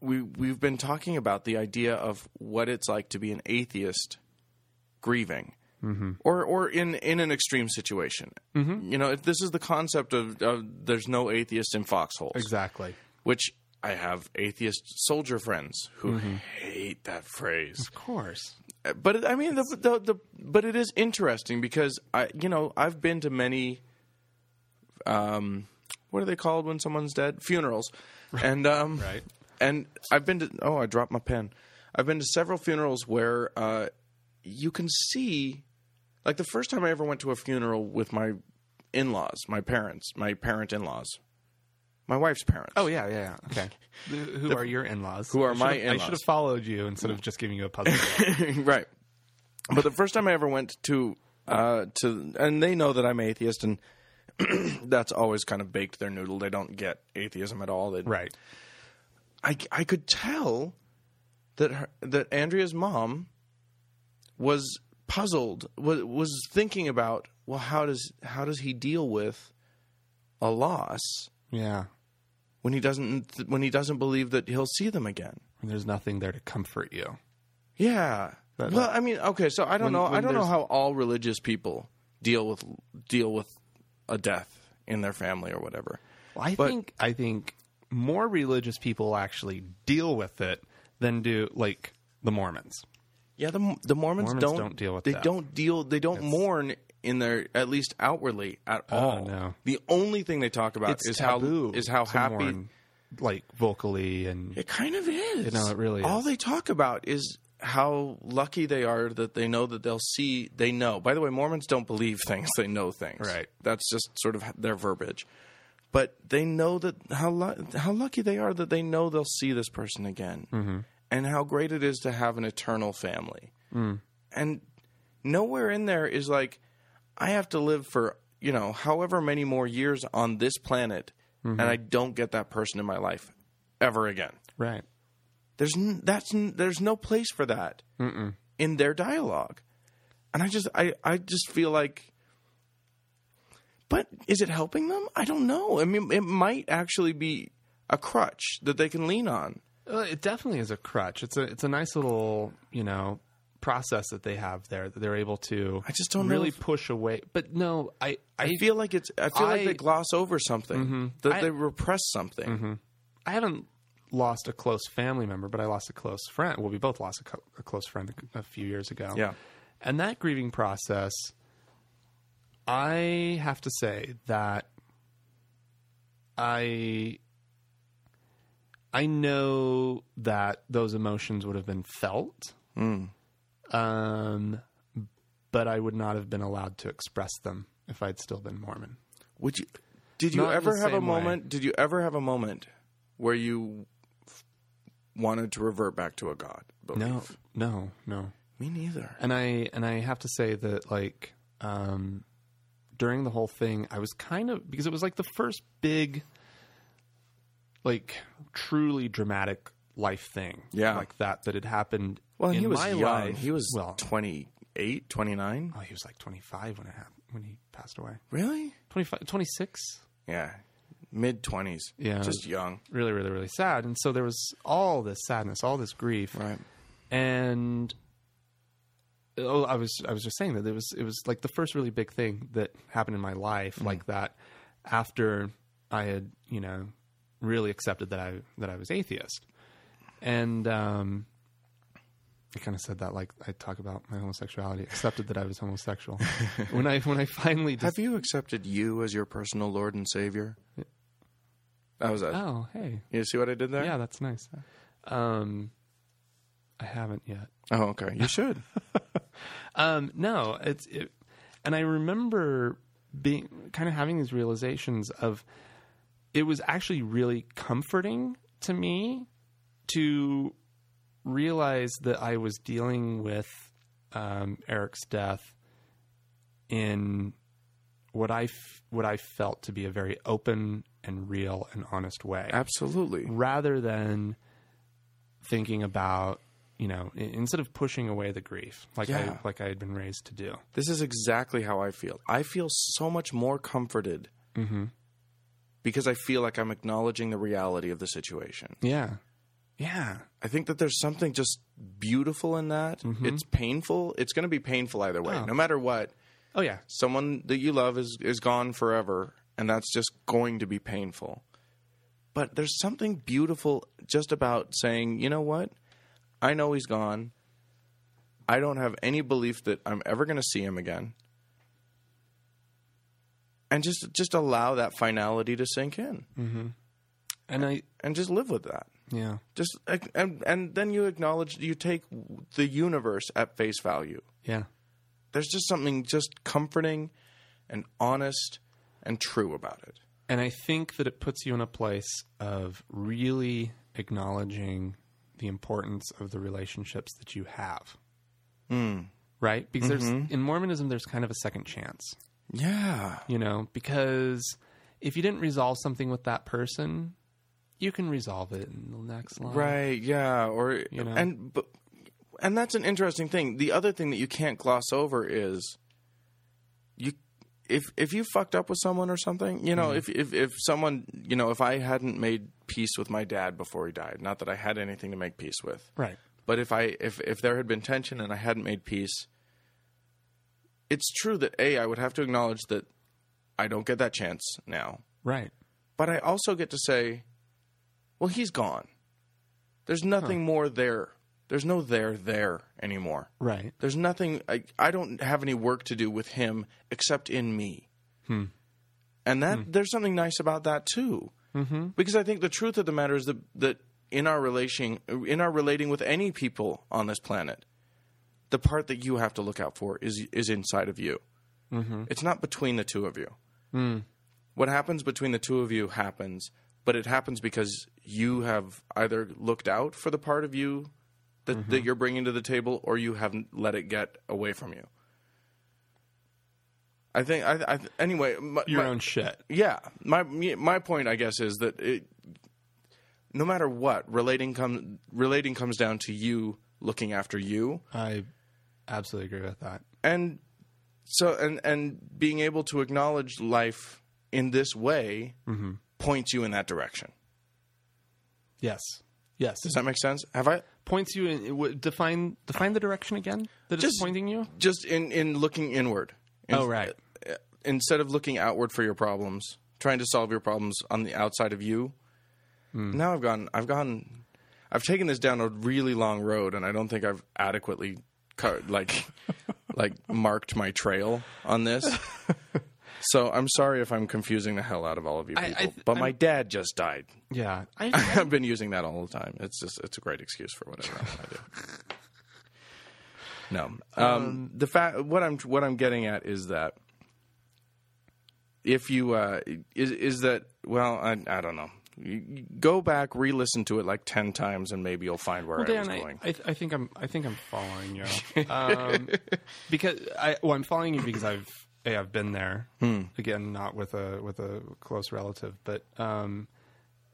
Speaker 2: we we've been talking about the idea of what it's like to be an atheist grieving,
Speaker 1: Mm-hmm.
Speaker 2: or or in in an extreme situation. You know, if this is the concept of, of there's no atheist in foxholes,
Speaker 1: exactly.
Speaker 2: which I have atheist soldier friends who
Speaker 1: Mm-hmm.
Speaker 2: hate that phrase
Speaker 1: Of course.
Speaker 2: but it, I mean, the, the the but it is interesting because I you know I've been to many, um, what are they called when someone's dead? Funerals, and um,
Speaker 1: Right.
Speaker 2: and I've been to oh I dropped my pen. I've been to several funerals where uh, you can see, like the first time I ever went to a funeral with my in-laws, my parents, my parent in-laws, my wife's parents.
Speaker 1: Oh yeah, yeah, yeah. Okay. The- *laughs* who are your in-laws?
Speaker 2: Who are
Speaker 1: I
Speaker 2: my
Speaker 1: should've- I
Speaker 2: in-laws?
Speaker 1: should have followed you instead of just giving you a puzzle. *laughs*
Speaker 2: *laughs* right. But the first time I ever went to uh, to and they know that I'm atheist and *clears throat* that's always kind of baked their noodle. They don't get atheism at all. They,
Speaker 1: right.
Speaker 2: I I could tell that her, that Andrea's mom was puzzled was was thinking about well how does how does he deal with a loss
Speaker 1: Yeah.
Speaker 2: when he doesn't when he doesn't believe that he'll see them again.
Speaker 1: And there's nothing there to comfort you.
Speaker 2: Yeah.
Speaker 1: But,
Speaker 2: well, I mean, okay, so I don't
Speaker 1: when-
Speaker 2: know. I
Speaker 1: when
Speaker 2: don't know
Speaker 1: there's-
Speaker 2: how all religious people deal with deal with a death in their family or whatever.
Speaker 1: Well, I think I think more religious people actually deal with it than do like the Mormons.
Speaker 2: Yeah, the the Mormons,
Speaker 1: Mormons
Speaker 2: don't,
Speaker 1: don't deal with
Speaker 2: they
Speaker 1: that.
Speaker 2: don't deal they don't mourn in their at least outwardly at all.
Speaker 1: Uh, no.
Speaker 2: The only thing they talk about is how is how
Speaker 1: to
Speaker 2: happy
Speaker 1: mourn, like vocally and
Speaker 2: it kind of is.
Speaker 1: You know, it really
Speaker 2: All
Speaker 1: is.
Speaker 2: they talk about is how lucky they are that they know that they'll see they know. By the way, Mormons don't believe things, they know things.
Speaker 1: Right.
Speaker 2: That's just sort of their verbiage. but they know that how lu- how lucky they are that they know they'll see this person again,
Speaker 1: Mm-hmm.
Speaker 2: and how great it is to have an eternal family.
Speaker 1: Mm.
Speaker 2: And nowhere in there is like, I have to live for you know however many more years on this planet,
Speaker 1: Mm-hmm.
Speaker 2: and I don't get that person in my life ever again.
Speaker 1: Right.
Speaker 2: There's n- that's n- there's no place for that in their dialogue, and I just I I just feel like. But is it helping them? I don't know. I mean, it might actually be a crutch that they can lean on.
Speaker 1: Uh, it definitely is a crutch. It's a it's a nice little you know process that they have there that they're able to.
Speaker 2: I just don't know
Speaker 1: really
Speaker 2: if-
Speaker 1: push away. But no, I
Speaker 2: I feel like it's. I feel like
Speaker 1: I- Mm-hmm.
Speaker 2: they gloss over something. That
Speaker 1: I- Mm-hmm.
Speaker 2: they repress something.
Speaker 1: I haven't lost a close family member, but I lost a close friend. Well, we both lost a, co- a close friend a, a few years ago.
Speaker 2: Yeah.
Speaker 1: And that grieving process, I have to say that I I know that those emotions would have been felt, um, but I would not have been allowed to express them if I'd still been Mormon.
Speaker 2: Would you? Did you
Speaker 1: Not in
Speaker 2: ever
Speaker 1: the
Speaker 2: have a
Speaker 1: same way.
Speaker 2: moment? Did you ever have a moment where you f- wanted to revert back to a god? Belief?
Speaker 1: No, no, no.
Speaker 2: me neither.
Speaker 1: and I and I have to say that like um, during the whole thing, I was kind of because it was like the first big, like truly dramatic life thing,
Speaker 2: Yeah.
Speaker 1: like that that had happened.
Speaker 2: Well,
Speaker 1: in
Speaker 2: he was
Speaker 1: my
Speaker 2: young.
Speaker 1: life.
Speaker 2: He was
Speaker 1: well,
Speaker 2: 28, 29.
Speaker 1: oh, he was like twenty five when it happened when he passed away.
Speaker 2: Really?
Speaker 1: 25, 26?
Speaker 2: Yeah, mid twenties.
Speaker 1: Yeah.
Speaker 2: just young.
Speaker 1: really, really, really sad. And so there was all this sadness, all this grief,
Speaker 2: Right.
Speaker 1: and oh, I was I was just saying that it was it was like the first really big thing that happened in my life like that after I had you know really accepted that I that I was atheist, and um, I kind of said that like I talk about my homosexuality, accepted that I was homosexual when I when I finally just,
Speaker 2: Have you accepted you as your personal Lord and Savior? That was it.
Speaker 1: oh hey
Speaker 2: You see what I did there?
Speaker 1: yeah that's nice, um, I haven't yet.
Speaker 2: Oh, okay. You
Speaker 1: *laughs*
Speaker 2: should.
Speaker 1: Um, no, it's it, and I remember being kind of having these realizations of it was actually really comforting to me to realize that I was dealing with um, Eric's death in what I f- what I felt to be a very open and real and honest way
Speaker 2: Absolutely.
Speaker 1: rather than thinking about you know i- instead of pushing away the grief like I
Speaker 2: Yeah.
Speaker 1: like I had been raised to do.
Speaker 2: This is exactly how I feel. I feel so much more comforted
Speaker 1: Mm-hmm.
Speaker 2: because I feel like I'm acknowledging the reality of the situation.
Speaker 1: Yeah, yeah,
Speaker 2: I think that there's something just beautiful in that.
Speaker 1: Mm-hmm.
Speaker 2: It's painful. It's going to be painful either way. No matter what,
Speaker 1: oh yeah,
Speaker 2: someone that you love is is gone forever and that's just going to be painful but there's something beautiful just about saying you know what i know he's gone i don't have any belief that i'm ever going to see him again and just just allow that finality to sink in
Speaker 1: and I
Speaker 2: and just live with that
Speaker 1: yeah
Speaker 2: just ac- and and then you acknowledge you take the universe at face value
Speaker 1: yeah
Speaker 2: there's just something just comforting and honest and true about it.
Speaker 1: and I think that it puts you in a place of really acknowledging the importance of the relationships that you have. Right? Because there's in Mormonism there's kind of a second chance.
Speaker 2: Yeah.
Speaker 1: you know, because if you didn't resolve something with that person, you can resolve it in the next line.
Speaker 2: Right. Yeah. Or
Speaker 1: You know?
Speaker 2: and but and that's an interesting thing. The other thing that you can't gloss over is you if if you fucked up with someone or something, you
Speaker 1: Mm-hmm.
Speaker 2: know, if, if if someone you know, if I hadn't made peace with my dad before he died, not that I had anything to make peace with.
Speaker 1: Right.
Speaker 2: But if I if if there had been tension and I hadn't made peace, it's true that a I would have to acknowledge that I don't get that chance now.
Speaker 1: Right.
Speaker 2: But I also get to say, well, he's gone. There's nothing more there. There's no there there anymore.
Speaker 1: Right.
Speaker 2: There's nothing. I, I don't have any work to do with him except in me. And that there's something nice about that too, mm-hmm. because I think the truth of the matter is that that in our relation in our relating with any people on this planet, the part that you have to look out for is is inside of you. Mm-hmm. It's not between the two of you. what happens between the two of you happens, but it happens because you have either looked out for the part of you that, that you're bringing to the table, or you haven't let it get away from you. I think. I, I anyway. My,
Speaker 1: your
Speaker 2: my-
Speaker 1: own shit.
Speaker 2: yeah my my point i guess is that it, no matter what relating comes relating comes down to you looking after you
Speaker 1: I absolutely agree with that.
Speaker 2: and so and and being able to acknowledge life in this way
Speaker 1: Mm-hmm.
Speaker 2: points you in that direction
Speaker 1: Yes. Yes.
Speaker 2: does that make sense have i
Speaker 1: points you in w- define define the direction again that it's
Speaker 2: Just-
Speaker 1: pointing you.
Speaker 2: just in in looking inward In-
Speaker 1: Oh, right.
Speaker 2: instead of looking outward for your problems trying to solve your problems on the outside of you now i've gone i've gone i've taken this down a really long road and i don't think i've adequately co- like like marked my trail on this so i'm sorry if i'm confusing the hell out of all of you
Speaker 1: I-
Speaker 2: people
Speaker 1: I th-
Speaker 2: but my dad just died *laughs*
Speaker 1: Yeah. I
Speaker 2: i've been using that all the time it's just it's a great excuse for whatever i want to do *laughs* no. Um, the fact what I'm what I'm getting at is that if you uh, is is that well I I don't know. You- you Go back, re-listen to it like ten times, and maybe you'll find where I was
Speaker 1: Dan, I,
Speaker 2: going.
Speaker 1: I, I think I'm I think I'm following
Speaker 2: *laughs*
Speaker 1: you um, because I well I'm following you because I've a I've been there
Speaker 2: Hmm.
Speaker 1: again not with a with a close relative but um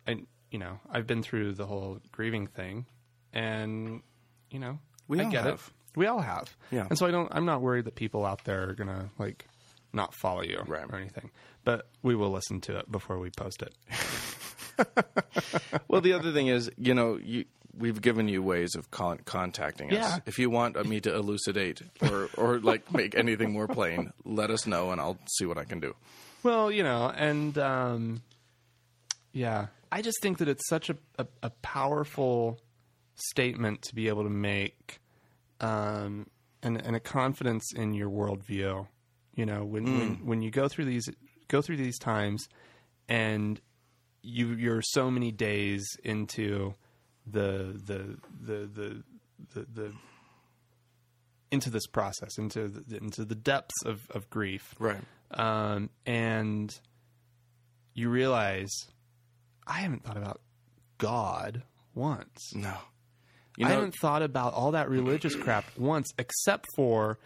Speaker 1: and you know I've been through the whole grieving thing and you know
Speaker 2: We
Speaker 1: I
Speaker 2: all
Speaker 1: get
Speaker 2: have.
Speaker 1: it we all have
Speaker 2: Yeah.
Speaker 1: and so I don't I'm not worried that people out there are gonna like not follow you
Speaker 2: Right.
Speaker 1: or anything but we will listen to it before we post it
Speaker 2: well, the other thing is, you know, you, we've given you ways of con- contacting us.
Speaker 1: Yeah.
Speaker 2: If you want uh, me to elucidate or or like make anything more plain, let us know, and I'll see what I can do.
Speaker 1: Well, you know, and um, yeah, I just think that it's such a, a, a powerful statement to be able to make, um, and and a confidence in your worldview. You know, when when, when you go through these go through these times, and you you're so many days into the the the the the, the into this process into the, into the depths of, of grief
Speaker 2: Right.
Speaker 1: um, and you realize I haven't thought about God once.
Speaker 2: No. You
Speaker 1: I
Speaker 2: know,
Speaker 1: haven't thought about all that religious crap once, except for,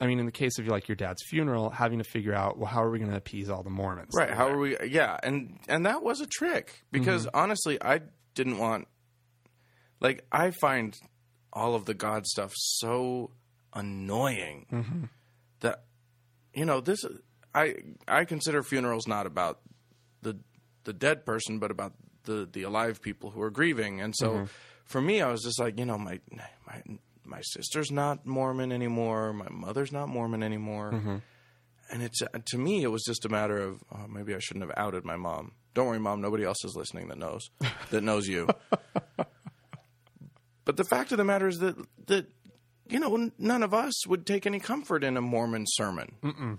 Speaker 1: I mean, in the case of like your dad's funeral, having to figure out, well, how are we going to appease all the Mormons?
Speaker 2: Right. How are we? Yeah, and and that was a trick because
Speaker 1: Mm-hmm.
Speaker 2: honestly, I didn't want. Like I find all of the God stuff so annoying
Speaker 1: Mm-hmm.
Speaker 2: that you know this. I I consider funerals not about the the dead person, but about the the alive people who are grieving. And so,
Speaker 1: Mm-hmm.
Speaker 2: for me, I was just like, you know, my my my sister's not Mormon anymore. My mother's not Mormon anymore.
Speaker 1: Mm-hmm.
Speaker 2: And it's uh, to me, it was just a matter of oh, maybe I shouldn't have outed my mom. Don't worry, mom. Nobody else is listening that knows that knows you. but the fact of the matter is that that you know n- none of us would take any comfort in a Mormon sermon.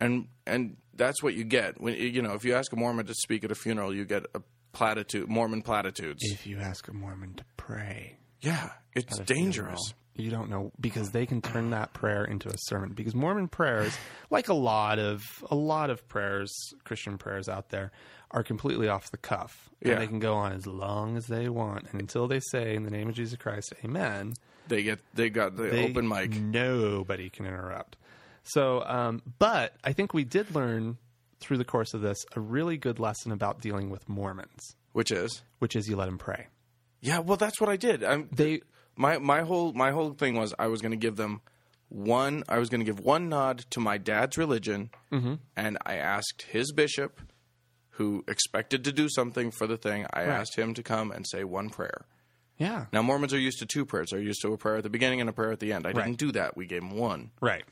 Speaker 2: And and that's what you get when you know if you ask a Mormon to speak at a funeral, you get a platitude Mormon platitudes.
Speaker 1: If you ask a Mormon to pray,
Speaker 2: Yeah, it's dangerous.
Speaker 1: You don't know because they can turn that prayer into a sermon. Because Mormon prayers, *laughs* like a lot of a lot of prayers, Christian prayers out there, are completely off the cuff.
Speaker 2: Yeah.
Speaker 1: And they can go on as long as they want and until they say in the name of Jesus Christ, Amen.
Speaker 2: They get they got the
Speaker 1: they-
Speaker 2: open mic.
Speaker 1: Nobody can interrupt. So, um, but I think we did learn through the course of this a really good lesson about dealing with Mormons,
Speaker 2: which is
Speaker 1: which is you let them pray.
Speaker 2: yeah. Well, that's what I did. I'm,
Speaker 1: They
Speaker 2: my my whole my whole thing was I was going to give them one. I was going to give one nod to my dad's religion, and I asked his bishop, who expected to do something for the thing. I asked him to come and say one prayer.
Speaker 1: yeah.
Speaker 2: Now Mormons are used to two prayers. They're used to a prayer at the beginning and a prayer at the end. I
Speaker 1: Right.
Speaker 2: didn't do that. We gave him one,
Speaker 1: Right.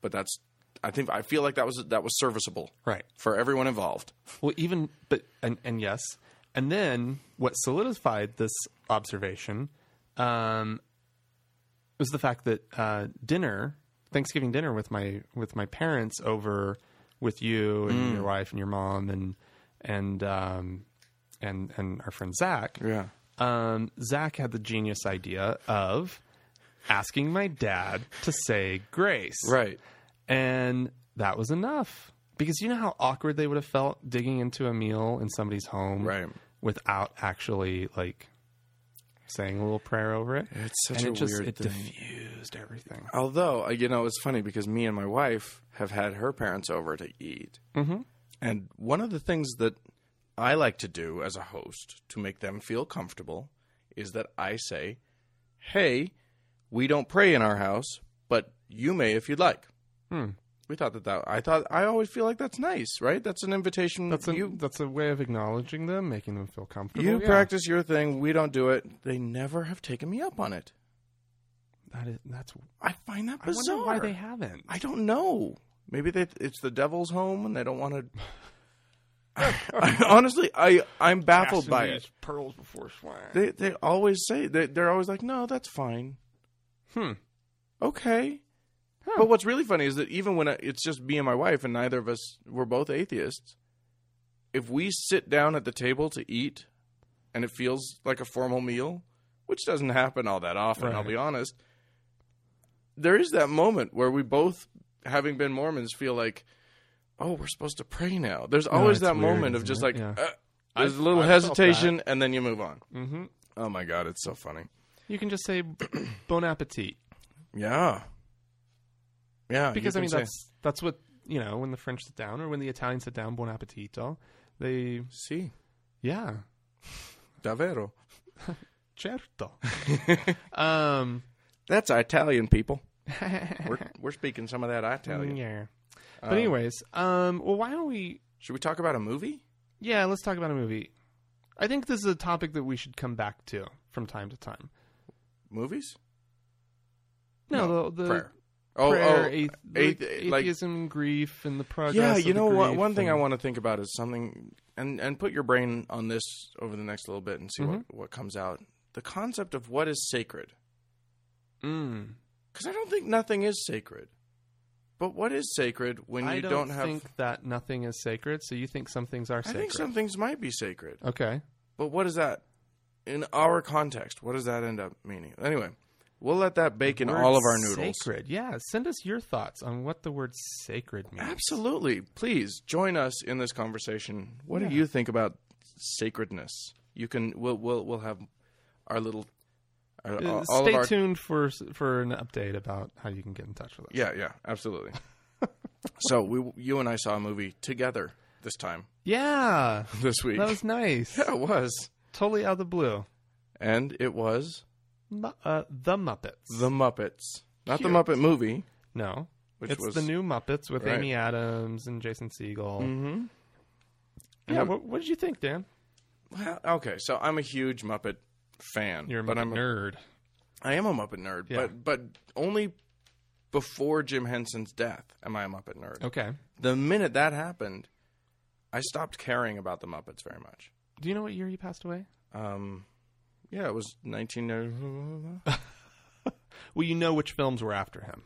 Speaker 2: but that's. I think I feel like that was that was serviceable
Speaker 1: Right.
Speaker 2: for everyone involved.
Speaker 1: Well, even but and and yes, and then what solidified this observation um, was the fact that uh, dinner, Thanksgiving dinner with my with my parents over with you and your wife and your mom and and um, and and our friend Zach.
Speaker 2: Yeah.
Speaker 1: Um, Zach had the genius idea of asking my dad to say grace,
Speaker 2: Right.
Speaker 1: and that was enough. because you know how awkward they would have felt digging into a meal in somebody's home
Speaker 2: Right.
Speaker 1: without actually like saying a little prayer over it.
Speaker 2: It's such
Speaker 1: and
Speaker 2: a
Speaker 1: it just
Speaker 2: weird
Speaker 1: it
Speaker 2: thing.
Speaker 1: diffused everything.
Speaker 2: Although uh, you know, it's funny because me and my wife have had her parents over to eat, mm-hmm. and one of the things that I like to do as a host to make them feel comfortable is that I say, "Hey, we don't pray in our house, but you may if you'd like."
Speaker 1: Hmm.
Speaker 2: We thought that that I thought I always feel like that's nice, right? That's an invitation.
Speaker 1: That's a
Speaker 2: you
Speaker 1: that's a way of acknowledging them, making them feel comfortable.
Speaker 2: you
Speaker 1: Yeah.
Speaker 2: practice your thing. We don't do it. They never have taken me up on it.
Speaker 1: That is that's
Speaker 2: I find that
Speaker 1: I wonder
Speaker 2: bizarre.
Speaker 1: why they haven't.
Speaker 2: I don't know. Maybe they, it's the devil's home and they
Speaker 1: *laughs*
Speaker 2: don't want to. *laughs* I, honestly, I I'm baffled by it.
Speaker 1: Pearls before swine.
Speaker 2: They they always say they they're always like, no, that's fine,
Speaker 1: hmm.
Speaker 2: okay.
Speaker 1: Huh.
Speaker 2: But what's really funny is that even when I, it's just me and my wife, and neither of us we're both atheists. If we sit down at the table to eat, and it feels like a formal meal, which doesn't happen all that often, I'll
Speaker 1: Right.
Speaker 2: be honest. There is that moment where we both, having been Mormons, feel like, oh, we're supposed to pray now. There's always
Speaker 1: it's
Speaker 2: that
Speaker 1: weird,
Speaker 2: moment of
Speaker 1: isn't
Speaker 2: just
Speaker 1: it?
Speaker 2: like,
Speaker 1: Yeah.
Speaker 2: uh, there's
Speaker 1: I've-
Speaker 2: a little
Speaker 1: I've felt
Speaker 2: hesitation, and then you move on.
Speaker 1: hmm
Speaker 2: Oh my god, it's so funny.
Speaker 1: You can just say *coughs* bon appetit
Speaker 2: Yeah, yeah. you
Speaker 1: because I
Speaker 2: can
Speaker 1: mean
Speaker 2: say-
Speaker 1: that's that's what you know when the French sit down or when the Italians sit down bon appetito. They
Speaker 2: see
Speaker 1: yeah *laughs*
Speaker 2: davvero. *laughs*
Speaker 1: certo. um.
Speaker 2: That's Italian people.
Speaker 1: *laughs*
Speaker 2: We're we're speaking some of that Italian.
Speaker 1: Mm, yeah. But
Speaker 2: Um,
Speaker 1: anyways, um. Well, why don't we?
Speaker 2: should we talk about a movie?
Speaker 1: Yeah, let's talk about a movie. I think this is a topic that we should come back to from time to time.
Speaker 2: Movies?
Speaker 1: No, the, the
Speaker 2: prayer. Oh,
Speaker 1: Uh, prayer,
Speaker 2: oh,
Speaker 1: ath-
Speaker 2: ath-
Speaker 1: like,
Speaker 2: like-
Speaker 1: atheism, and grief, and the progress.
Speaker 2: yeah.
Speaker 1: of
Speaker 2: You
Speaker 1: the
Speaker 2: know what?
Speaker 1: grief
Speaker 2: One thing I
Speaker 1: and-
Speaker 2: want to think about is something, and and put your brain on this over the next little bit and see what
Speaker 1: Mm-hmm.
Speaker 2: what comes out. The concept of what is sacred,
Speaker 1: Mm.
Speaker 2: because I don't think nothing is sacred. But what is sacred when
Speaker 1: I
Speaker 2: you
Speaker 1: don't,
Speaker 2: have?
Speaker 1: think that nothing is sacred. So you think some things are
Speaker 2: I
Speaker 1: sacred?
Speaker 2: think some things might be sacred,
Speaker 1: Okay.
Speaker 2: but what is that in our context? What does that end up meaning? Anyway, we'll let that bake in
Speaker 1: Word
Speaker 2: all of our noodles.
Speaker 1: Sacred. Yeah. Send us your thoughts on what the word sacred means.
Speaker 2: Absolutely. Please join us in this conversation. What do you think about sacredness? You can we'll we'll, we'll have our little our,
Speaker 1: Uh,
Speaker 2: all
Speaker 1: stay
Speaker 2: of our
Speaker 1: tuned for for an update about how you can get in touch with us.
Speaker 2: Yeah, yeah,
Speaker 1: *laughs*
Speaker 2: absolutely. so we you and I saw a movie together this time *laughs*
Speaker 1: Yeah,
Speaker 2: this week.
Speaker 1: that was nice.
Speaker 2: *laughs* yeah, it was.
Speaker 1: totally out of the blue.
Speaker 2: And it was
Speaker 1: Mu- uh, the Muppets.
Speaker 2: The Muppets. Not
Speaker 1: Cute.
Speaker 2: the Muppet movie,
Speaker 1: no,
Speaker 2: which
Speaker 1: it's
Speaker 2: was
Speaker 1: the new Muppets with
Speaker 2: Right.
Speaker 1: Amy Adams and Jason Segel.
Speaker 2: Mhm.
Speaker 1: Yeah. What, what did you think, Dan?
Speaker 2: Well, okay, so I'm a huge Muppet fan.
Speaker 1: You're a
Speaker 2: but
Speaker 1: Muppet
Speaker 2: I'm a
Speaker 1: nerd.
Speaker 2: I am a Muppet nerd,
Speaker 1: Yeah.
Speaker 2: but but only before Jim Henson's death am I a Muppet nerd.
Speaker 1: Okay.
Speaker 2: The minute that happened, I stopped caring about the Muppets very much.
Speaker 1: Do you know what year he passed away?
Speaker 2: Um, yeah, it was uh, 19.
Speaker 1: Well, you know which films were after him.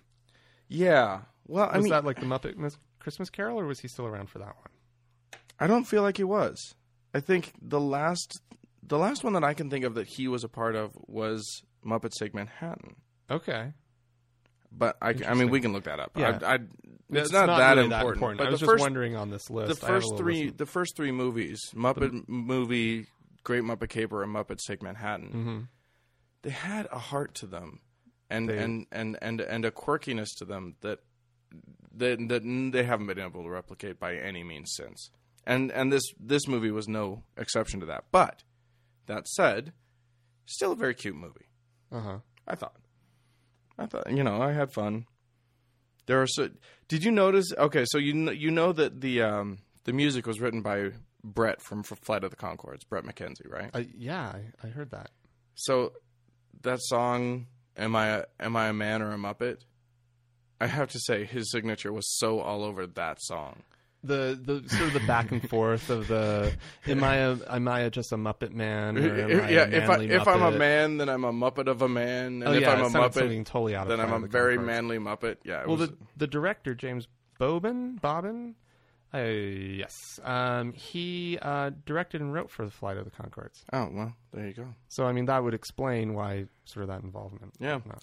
Speaker 2: yeah. Well, I
Speaker 1: was
Speaker 2: mean,
Speaker 1: that like the Muppet Mis- Christmas Carol, or was he still around for that one?
Speaker 2: I don't feel like he was. I think the last the last one that I can think of that he was a part of was Muppet Sig Manhattan.
Speaker 1: Okay,
Speaker 2: But I, I mean, we can look that up.
Speaker 1: Yeah.
Speaker 2: I, I, it's, not, that,
Speaker 1: really
Speaker 2: important, But
Speaker 1: I
Speaker 2: the
Speaker 1: was just
Speaker 2: first
Speaker 1: wondering on this list.
Speaker 2: the
Speaker 1: I had a
Speaker 2: first
Speaker 1: little
Speaker 2: three
Speaker 1: listen.
Speaker 2: the first three movies muppet M- movie great muppet caper and muppet take manhattan
Speaker 1: Mm. Mm-hmm.
Speaker 2: they had a heart to them and,
Speaker 1: They-
Speaker 2: and and and and a quirkiness to them that that, that they haven't been able to replicate by any means since and and this this movie was no exception to that but that said still a very cute movie
Speaker 1: Uh-huh.
Speaker 2: I thought. I thought you know I had fun. There are so. Did you notice? Okay, so you kn- you know that the um the music was written by Brett from F- Flight of the Concords, Brett McKenzie, right?
Speaker 1: I, yeah, I, I heard that.
Speaker 2: So that song, am I a, am I a man or a Muppet? I have to say his signature was so all over that song.
Speaker 1: The the sort of the back
Speaker 2: *laughs*
Speaker 1: and forth of the am I a, am I just a Muppet man? Or am I a
Speaker 2: yeah, if I
Speaker 1: manly
Speaker 2: if I'm a
Speaker 1: Muppet?
Speaker 2: man, then I'm a Muppet of a man, and
Speaker 1: oh,
Speaker 2: if
Speaker 1: yeah,
Speaker 2: I'm a
Speaker 1: it sounded
Speaker 2: Muppet,
Speaker 1: something totally out of
Speaker 2: then
Speaker 1: Flight
Speaker 2: I'm
Speaker 1: of
Speaker 2: a
Speaker 1: the
Speaker 2: very
Speaker 1: Conchords.
Speaker 2: manly Muppet. Yeah, it
Speaker 1: Well,
Speaker 2: was,
Speaker 1: the the director James Bobbin, Bobbin, uh, yes, um, he uh, directed and wrote for the Flight of the Concords.
Speaker 2: oh well, there you go.
Speaker 1: So I mean, that would explain why sort of that involvement.
Speaker 2: Yeah.
Speaker 1: No.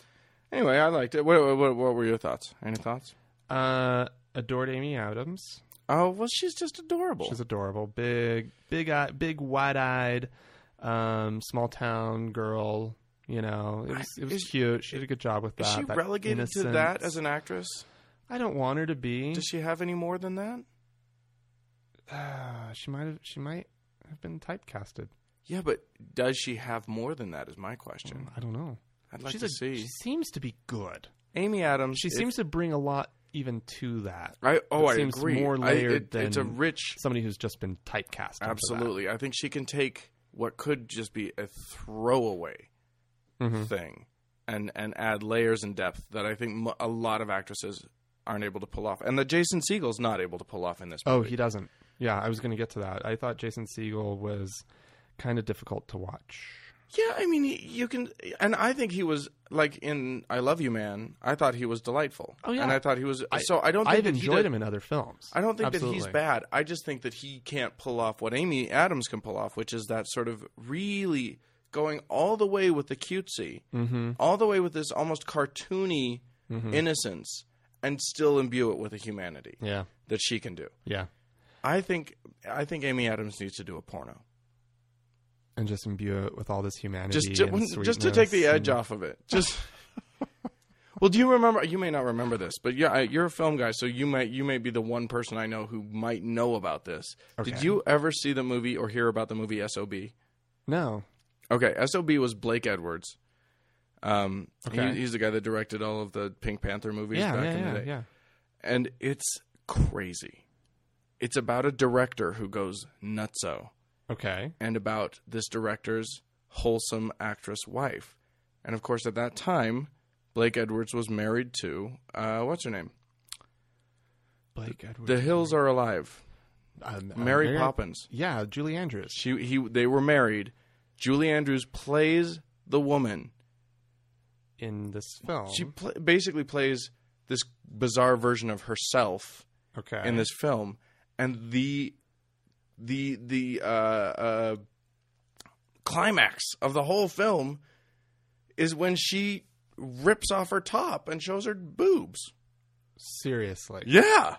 Speaker 2: Anyway, I liked it. What, what, what were your thoughts? Any thoughts?
Speaker 1: Uh, adored Amy Adams.
Speaker 2: Oh well, she's just adorable.
Speaker 1: She's adorable. Big, big, eye, big, wide-eyed, um, small town girl. You know, it was, it was
Speaker 2: Is-
Speaker 1: cute. She did a good job with that.
Speaker 2: Is she
Speaker 1: that
Speaker 2: relegated to
Speaker 1: innocence.
Speaker 2: that as an actress?
Speaker 1: I don't want her to be.
Speaker 2: Does she have any more than that?
Speaker 1: Uh, she might have. She might have been typecasted.
Speaker 2: Yeah, but does she have more than that? Is my question.
Speaker 1: I don't know.
Speaker 2: Hmm. I'd like
Speaker 1: She's
Speaker 2: to
Speaker 1: a-
Speaker 2: see.
Speaker 1: She seems to be good.
Speaker 2: Amy Adams.
Speaker 1: She
Speaker 2: it-
Speaker 1: seems to bring a lot even to that.
Speaker 2: I oh,
Speaker 1: it
Speaker 2: I
Speaker 1: seems
Speaker 2: agree.
Speaker 1: more
Speaker 2: I-
Speaker 1: layered
Speaker 2: it- It's a
Speaker 1: than-
Speaker 2: rich.
Speaker 1: Somebody who's just been typecast. into
Speaker 2: Absolutely, I think she can take what could just be a throwaway
Speaker 1: that. Mhm.
Speaker 2: thing, and and add layers and depth that I think mo- a lot of actresses aren't able to pull off, and that Jason Siegel's not able to pull off in this.
Speaker 1: Oh,
Speaker 2: movie.
Speaker 1: he doesn't. Yeah, I was going to get to that. I thought Jason Siegel was kind of difficult to watch.
Speaker 2: Yeah, I mean, he, you can, and I think he was like in "I Love You, Man." I thought he was delightful.
Speaker 1: Oh, yeah.
Speaker 2: and I thought he was. so I don't. Think
Speaker 1: I've
Speaker 2: that he
Speaker 1: enjoyed
Speaker 2: did-
Speaker 1: him in other films.
Speaker 2: I don't think that he's
Speaker 1: Absolutely.
Speaker 2: bad. I just think that he can't pull off what Amy Adams can pull off, which is that sort of really going all the way with the cutesy,
Speaker 1: Mm-hmm.
Speaker 2: all the way with this almost cartoony
Speaker 1: Mm.
Speaker 2: innocence, and still imbue it with a humanity
Speaker 1: Yeah,
Speaker 2: that she can do.
Speaker 1: yeah,
Speaker 2: I think. I think Amy Adams needs to do a porno.
Speaker 1: and just imbue it with all this humanity.
Speaker 2: just to,
Speaker 1: and
Speaker 2: just to take the
Speaker 1: sweetness
Speaker 2: edge off of it. Just *laughs* well, do you remember? You may not remember this, but yeah, I- you're a film guy, so you might you may be the one person I know who might know about this. Did
Speaker 1: Okay.
Speaker 2: you ever see the movie or hear about the movie Sob?
Speaker 1: and- No,
Speaker 2: Okay, Sob was Blake Edwards. Um, he-
Speaker 1: Okay.
Speaker 2: he's the guy that directed all of the Pink Panther movies
Speaker 1: yeah,
Speaker 2: back
Speaker 1: yeah,
Speaker 2: in
Speaker 1: yeah,
Speaker 2: the day,
Speaker 1: yeah.
Speaker 2: and it's crazy. It's about a director who goes nutso
Speaker 1: Okay,
Speaker 2: and about this director's wholesome actress wife. And of course, at that time, Blake Edwards was married to uh, what's her name?
Speaker 1: Blake Edwards,
Speaker 2: The Hills Are Alive,
Speaker 1: um, uh,
Speaker 2: Mary Poppins.
Speaker 1: Yeah, Julie Andrews.
Speaker 2: She he they were married. Julie Andrews plays the woman.
Speaker 1: in this film.
Speaker 2: She pl- basically plays this bizarre version of herself
Speaker 1: okay,
Speaker 2: in this film, and the the the uh, uh, climax of the whole film is when she rips off her top and shows her boobs.
Speaker 1: seriously,
Speaker 2: Yeah,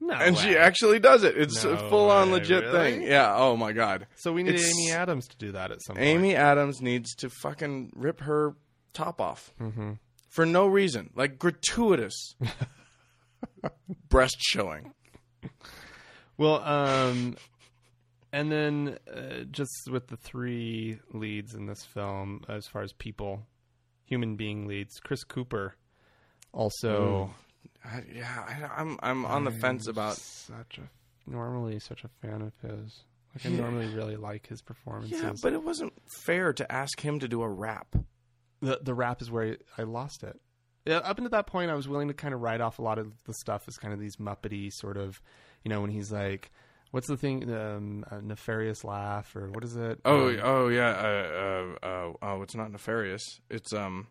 Speaker 1: no,
Speaker 2: and
Speaker 1: way.
Speaker 2: she actually does it. It's a
Speaker 1: No
Speaker 2: full on
Speaker 1: way,
Speaker 2: legit
Speaker 1: really?
Speaker 2: thing. Yeah. Oh my god.
Speaker 1: So we need
Speaker 2: It's-
Speaker 1: Amy Adams to do that at some
Speaker 2: Amy Adams needs to fucking rip her top off
Speaker 1: point. hmm
Speaker 2: for no reason,
Speaker 1: *laughs*
Speaker 2: like gratuitous breast showing.
Speaker 1: Well, um, and then uh, just with the three leads in this film, as far as people, human being leads, Chris Cooper
Speaker 2: Mm.
Speaker 1: also
Speaker 2: I, yeah, I, I'm I'm on the fence about
Speaker 1: such a normally such a fan of his. Like I normally really like his performances.
Speaker 2: Yeah, but it wasn't fair to ask him to do a rap.
Speaker 1: the the rap is where I lost it. Yeah, up until that point, I was willing to kind of write off a lot of the stuff as kind of these Muppety sort of, you know, when he's like, "What's the thing, um, uh, nefarious laugh or what is it?"
Speaker 2: Oh,
Speaker 1: Um,
Speaker 2: oh yeah. Uh, uh, uh, oh, it's not nefarious. It's um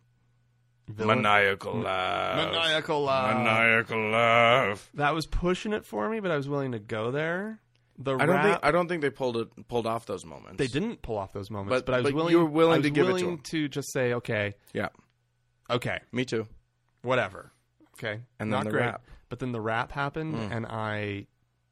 Speaker 1: villain-
Speaker 2: maniacal laugh.
Speaker 1: maniacal laugh.
Speaker 2: Uh, Maniacal laugh.
Speaker 1: that was pushing it for me, but I was willing to go there. The
Speaker 2: I don't
Speaker 1: rap,
Speaker 2: think I don't think they pulled it pulled off those moments.
Speaker 1: they didn't pull off those moments,
Speaker 2: But-
Speaker 1: but, I was
Speaker 2: but
Speaker 1: willing.
Speaker 2: you were willing
Speaker 1: I was
Speaker 2: to give it to
Speaker 1: willing
Speaker 2: them.
Speaker 1: to just say, okay,
Speaker 2: Yeah,
Speaker 1: okay,
Speaker 2: me too.
Speaker 1: whatever. Okay,
Speaker 2: And then
Speaker 1: not
Speaker 2: the
Speaker 1: great.
Speaker 2: rap. Hmm.
Speaker 1: But then the rap happened, and I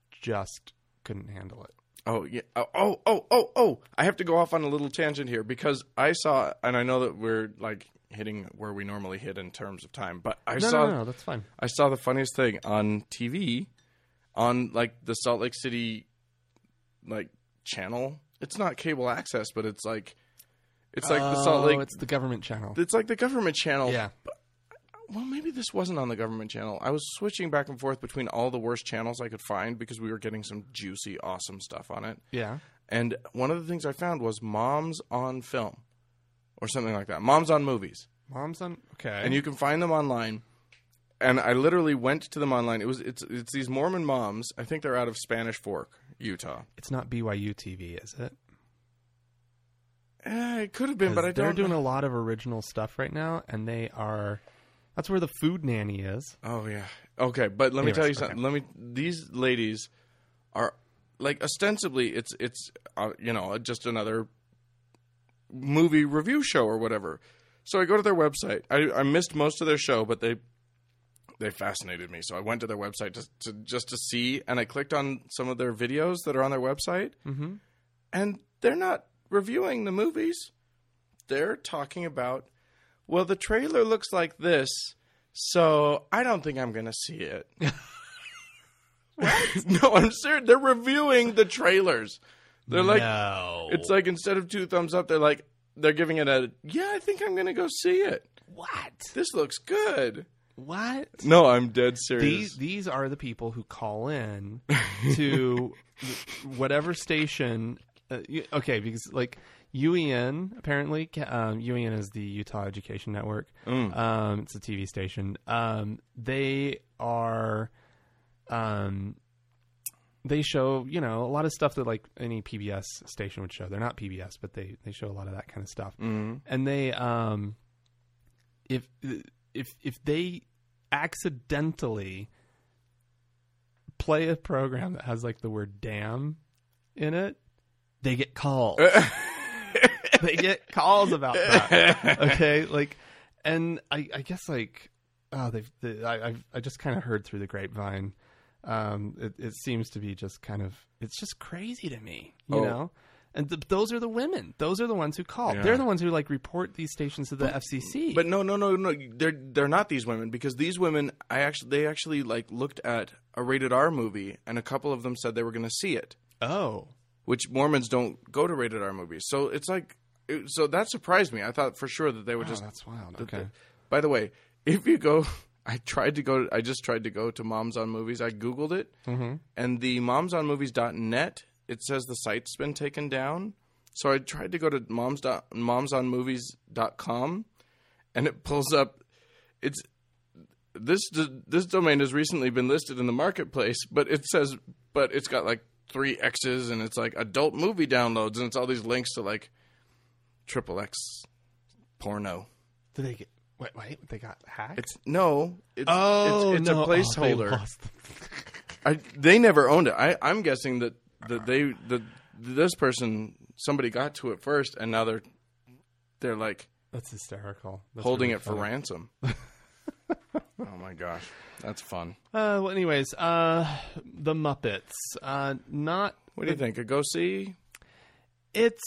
Speaker 1: just couldn't handle it.
Speaker 2: Oh yeah. Oh, Oh oh oh oh. I have to go off on a little tangent here because I saw, and I know that we're like hitting where we normally hit in terms of time, but I
Speaker 1: No,
Speaker 2: saw
Speaker 1: no, no, that's fine.
Speaker 2: I saw the funniest thing on TV on like the Salt Lake City like channel. It's not cable access, but it's like it's like the Salt Lake
Speaker 1: Oh, It's the government channel.
Speaker 2: it's like the government channel.
Speaker 1: Oh. yeah.
Speaker 2: Well, maybe this wasn't on the government channel. I was switching back and forth between all the worst channels I could find because we were getting some juicy awesome stuff on it.
Speaker 1: Yeah.
Speaker 2: And one of the things I found was Moms on Film or something like that. Moms on Movies.
Speaker 1: Mom's on. Okay.
Speaker 2: and you can find them online. And I literally went to them online. It was it's it's these Mormon moms. I think they're out of Spanish Fork, Utah.
Speaker 1: it's not BYU TV, is it?
Speaker 2: Eh, it could have been,
Speaker 1: 'Cause
Speaker 2: but I
Speaker 1: they're
Speaker 2: don't.
Speaker 1: doing a lot of original stuff right now, and they are. That's where the food nanny is.
Speaker 2: oh yeah, okay. But let me
Speaker 1: Anyways,
Speaker 2: tell you
Speaker 1: okay.
Speaker 2: something. Let me. These ladies are like ostensibly it's it's uh, you know just another movie review show or whatever. So I go to their website. I, I missed most of their show, but they they fascinated me. So I went to their website just to just to see, and I clicked on some of their videos that are on their website, mm-hmm. and they're not reviewing the movies. They're talking about, well, the trailer looks like this, so I don't think I'm going to
Speaker 1: *laughs*
Speaker 2: see it. *laughs* no, I'm serious. They're reviewing the trailers. They're like,
Speaker 1: no.
Speaker 2: it's like instead of two thumbs up, they're like, they're giving it a, yeah, I think I'm going to go see it.
Speaker 1: what?
Speaker 2: This looks good.
Speaker 1: What?
Speaker 2: No, I'm dead
Speaker 1: These
Speaker 2: serious.
Speaker 1: these are the people who call
Speaker 2: *laughs*
Speaker 1: in to whatever station. Uh, you- okay, because like UEN apparently ca- um, UEN is the Utah Education Network.
Speaker 2: Mm.
Speaker 1: Um, it's a TV station. Um, they are. Um, they show you know a lot of stuff that like any PBS station would show. They're not PBS, but they they show a lot of that kind of stuff.
Speaker 2: *laughs* Mhm.
Speaker 1: And they um, if if if they accidentally play a program that has like the word "damn" in it, they get calls.
Speaker 2: Uh,
Speaker 1: they get calls about
Speaker 2: *laughs*
Speaker 1: that. Okay, like, and I, I guess like, oh, they've, the I, I've, I just kind of heard through the grapevine. Um, it, it seems to be just kind of, it's just crazy to me, you
Speaker 2: Oh.
Speaker 1: know. And th- those are the women. Those are the ones who call.
Speaker 2: Yeah.
Speaker 1: They're the ones who like report these stations to the FCC.
Speaker 2: But no, no, no, no. They're they're not these women because these women, I actually, they actually like looked at a rated R movie, and a couple of them said they were going to see it,
Speaker 1: oh,
Speaker 2: which Mormons don't go to rated R movies. So it's like, it- so that surprised me. I thought for sure that they would
Speaker 1: oh,
Speaker 2: just.
Speaker 1: that's wild.
Speaker 2: that
Speaker 1: Okay,
Speaker 2: they- by the way, if you go, *laughs* I tried to go. I just tried to go to Moms on Movies. I googled it, and the momsonmovies.net. It says the site's been taken down. So I tried to go to moms dot, momsonmovies.com, and it pulls up. It's this d- this domain has recently been listed in the marketplace, but it says but it's got like three X's and it's like adult movie downloads and it's all these links to like triple X porno.
Speaker 1: did they get? Wait, wait, they got hacked.
Speaker 2: It's no, it's
Speaker 1: oh,
Speaker 2: it's, it's
Speaker 1: no.
Speaker 2: a
Speaker 1: Oh, they
Speaker 2: placeholder.
Speaker 1: lost the
Speaker 2: I, they never owned it. I, I'm guessing that that they that this person somebody got to it first, and now they're they're like
Speaker 1: That's hysterical. That's
Speaker 2: holding
Speaker 1: really
Speaker 2: it for
Speaker 1: funny. *laughs*
Speaker 2: ransom. oh my gosh, that's fun.
Speaker 1: Uh, well, anyways, uh, the Muppets. Uh, not
Speaker 2: What do you think? A go see?
Speaker 1: it's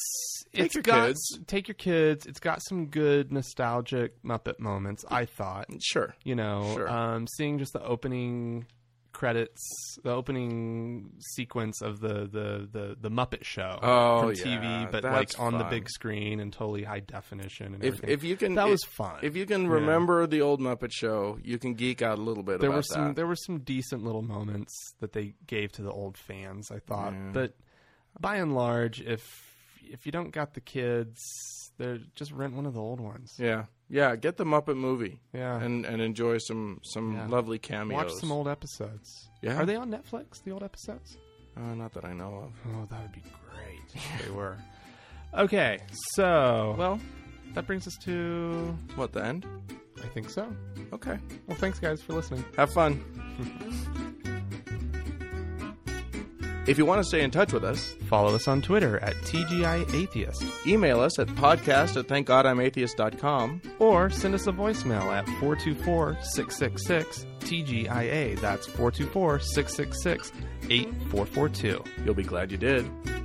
Speaker 1: it's
Speaker 2: your
Speaker 1: got
Speaker 2: kids.
Speaker 1: take your kids. It's got some good nostalgic Muppet moments. I thought,
Speaker 2: Sure.
Speaker 1: you know,
Speaker 2: Sure.
Speaker 1: um, seeing just the opening credits, the opening sequence of the the the, the Muppet Show
Speaker 2: Oh,
Speaker 1: from
Speaker 2: yeah,
Speaker 1: TV, but
Speaker 2: that's
Speaker 1: like on the
Speaker 2: fun.
Speaker 1: big screen and totally high definition. And
Speaker 2: If
Speaker 1: everything.
Speaker 2: if you can,
Speaker 1: that
Speaker 2: if,
Speaker 1: was fun.
Speaker 2: If you can remember the old Muppet Show, you can geek out a little bit
Speaker 1: there
Speaker 2: about
Speaker 1: were some
Speaker 2: that.
Speaker 1: there were some decent little moments that they gave to the old fans i thought
Speaker 2: Yeah.
Speaker 1: but by and large if if you don't got the kids they're just rent one of the old ones
Speaker 2: yeah, yeah. Get the Muppet movie
Speaker 1: yeah
Speaker 2: and and enjoy some some
Speaker 1: Yeah.
Speaker 2: lovely cameos.
Speaker 1: watch some old episodes
Speaker 2: Yeah.
Speaker 1: are they on netflix the old episodes
Speaker 2: Uh, not that I know of.
Speaker 1: oh that would be great *laughs* if they were okay so
Speaker 2: Well,
Speaker 1: that brings us to
Speaker 2: what the end?
Speaker 1: i think so
Speaker 2: Okay.
Speaker 1: well thanks guys for listening
Speaker 2: Have fun. if you want to stay in touch with us,
Speaker 1: follow us on twitter at tgi atheist
Speaker 2: email us at podcast at thankgodimatheist.com.
Speaker 1: or send us a voicemail at 424-666-TGIA. That's 424-666-8442.
Speaker 2: You'll be glad you did.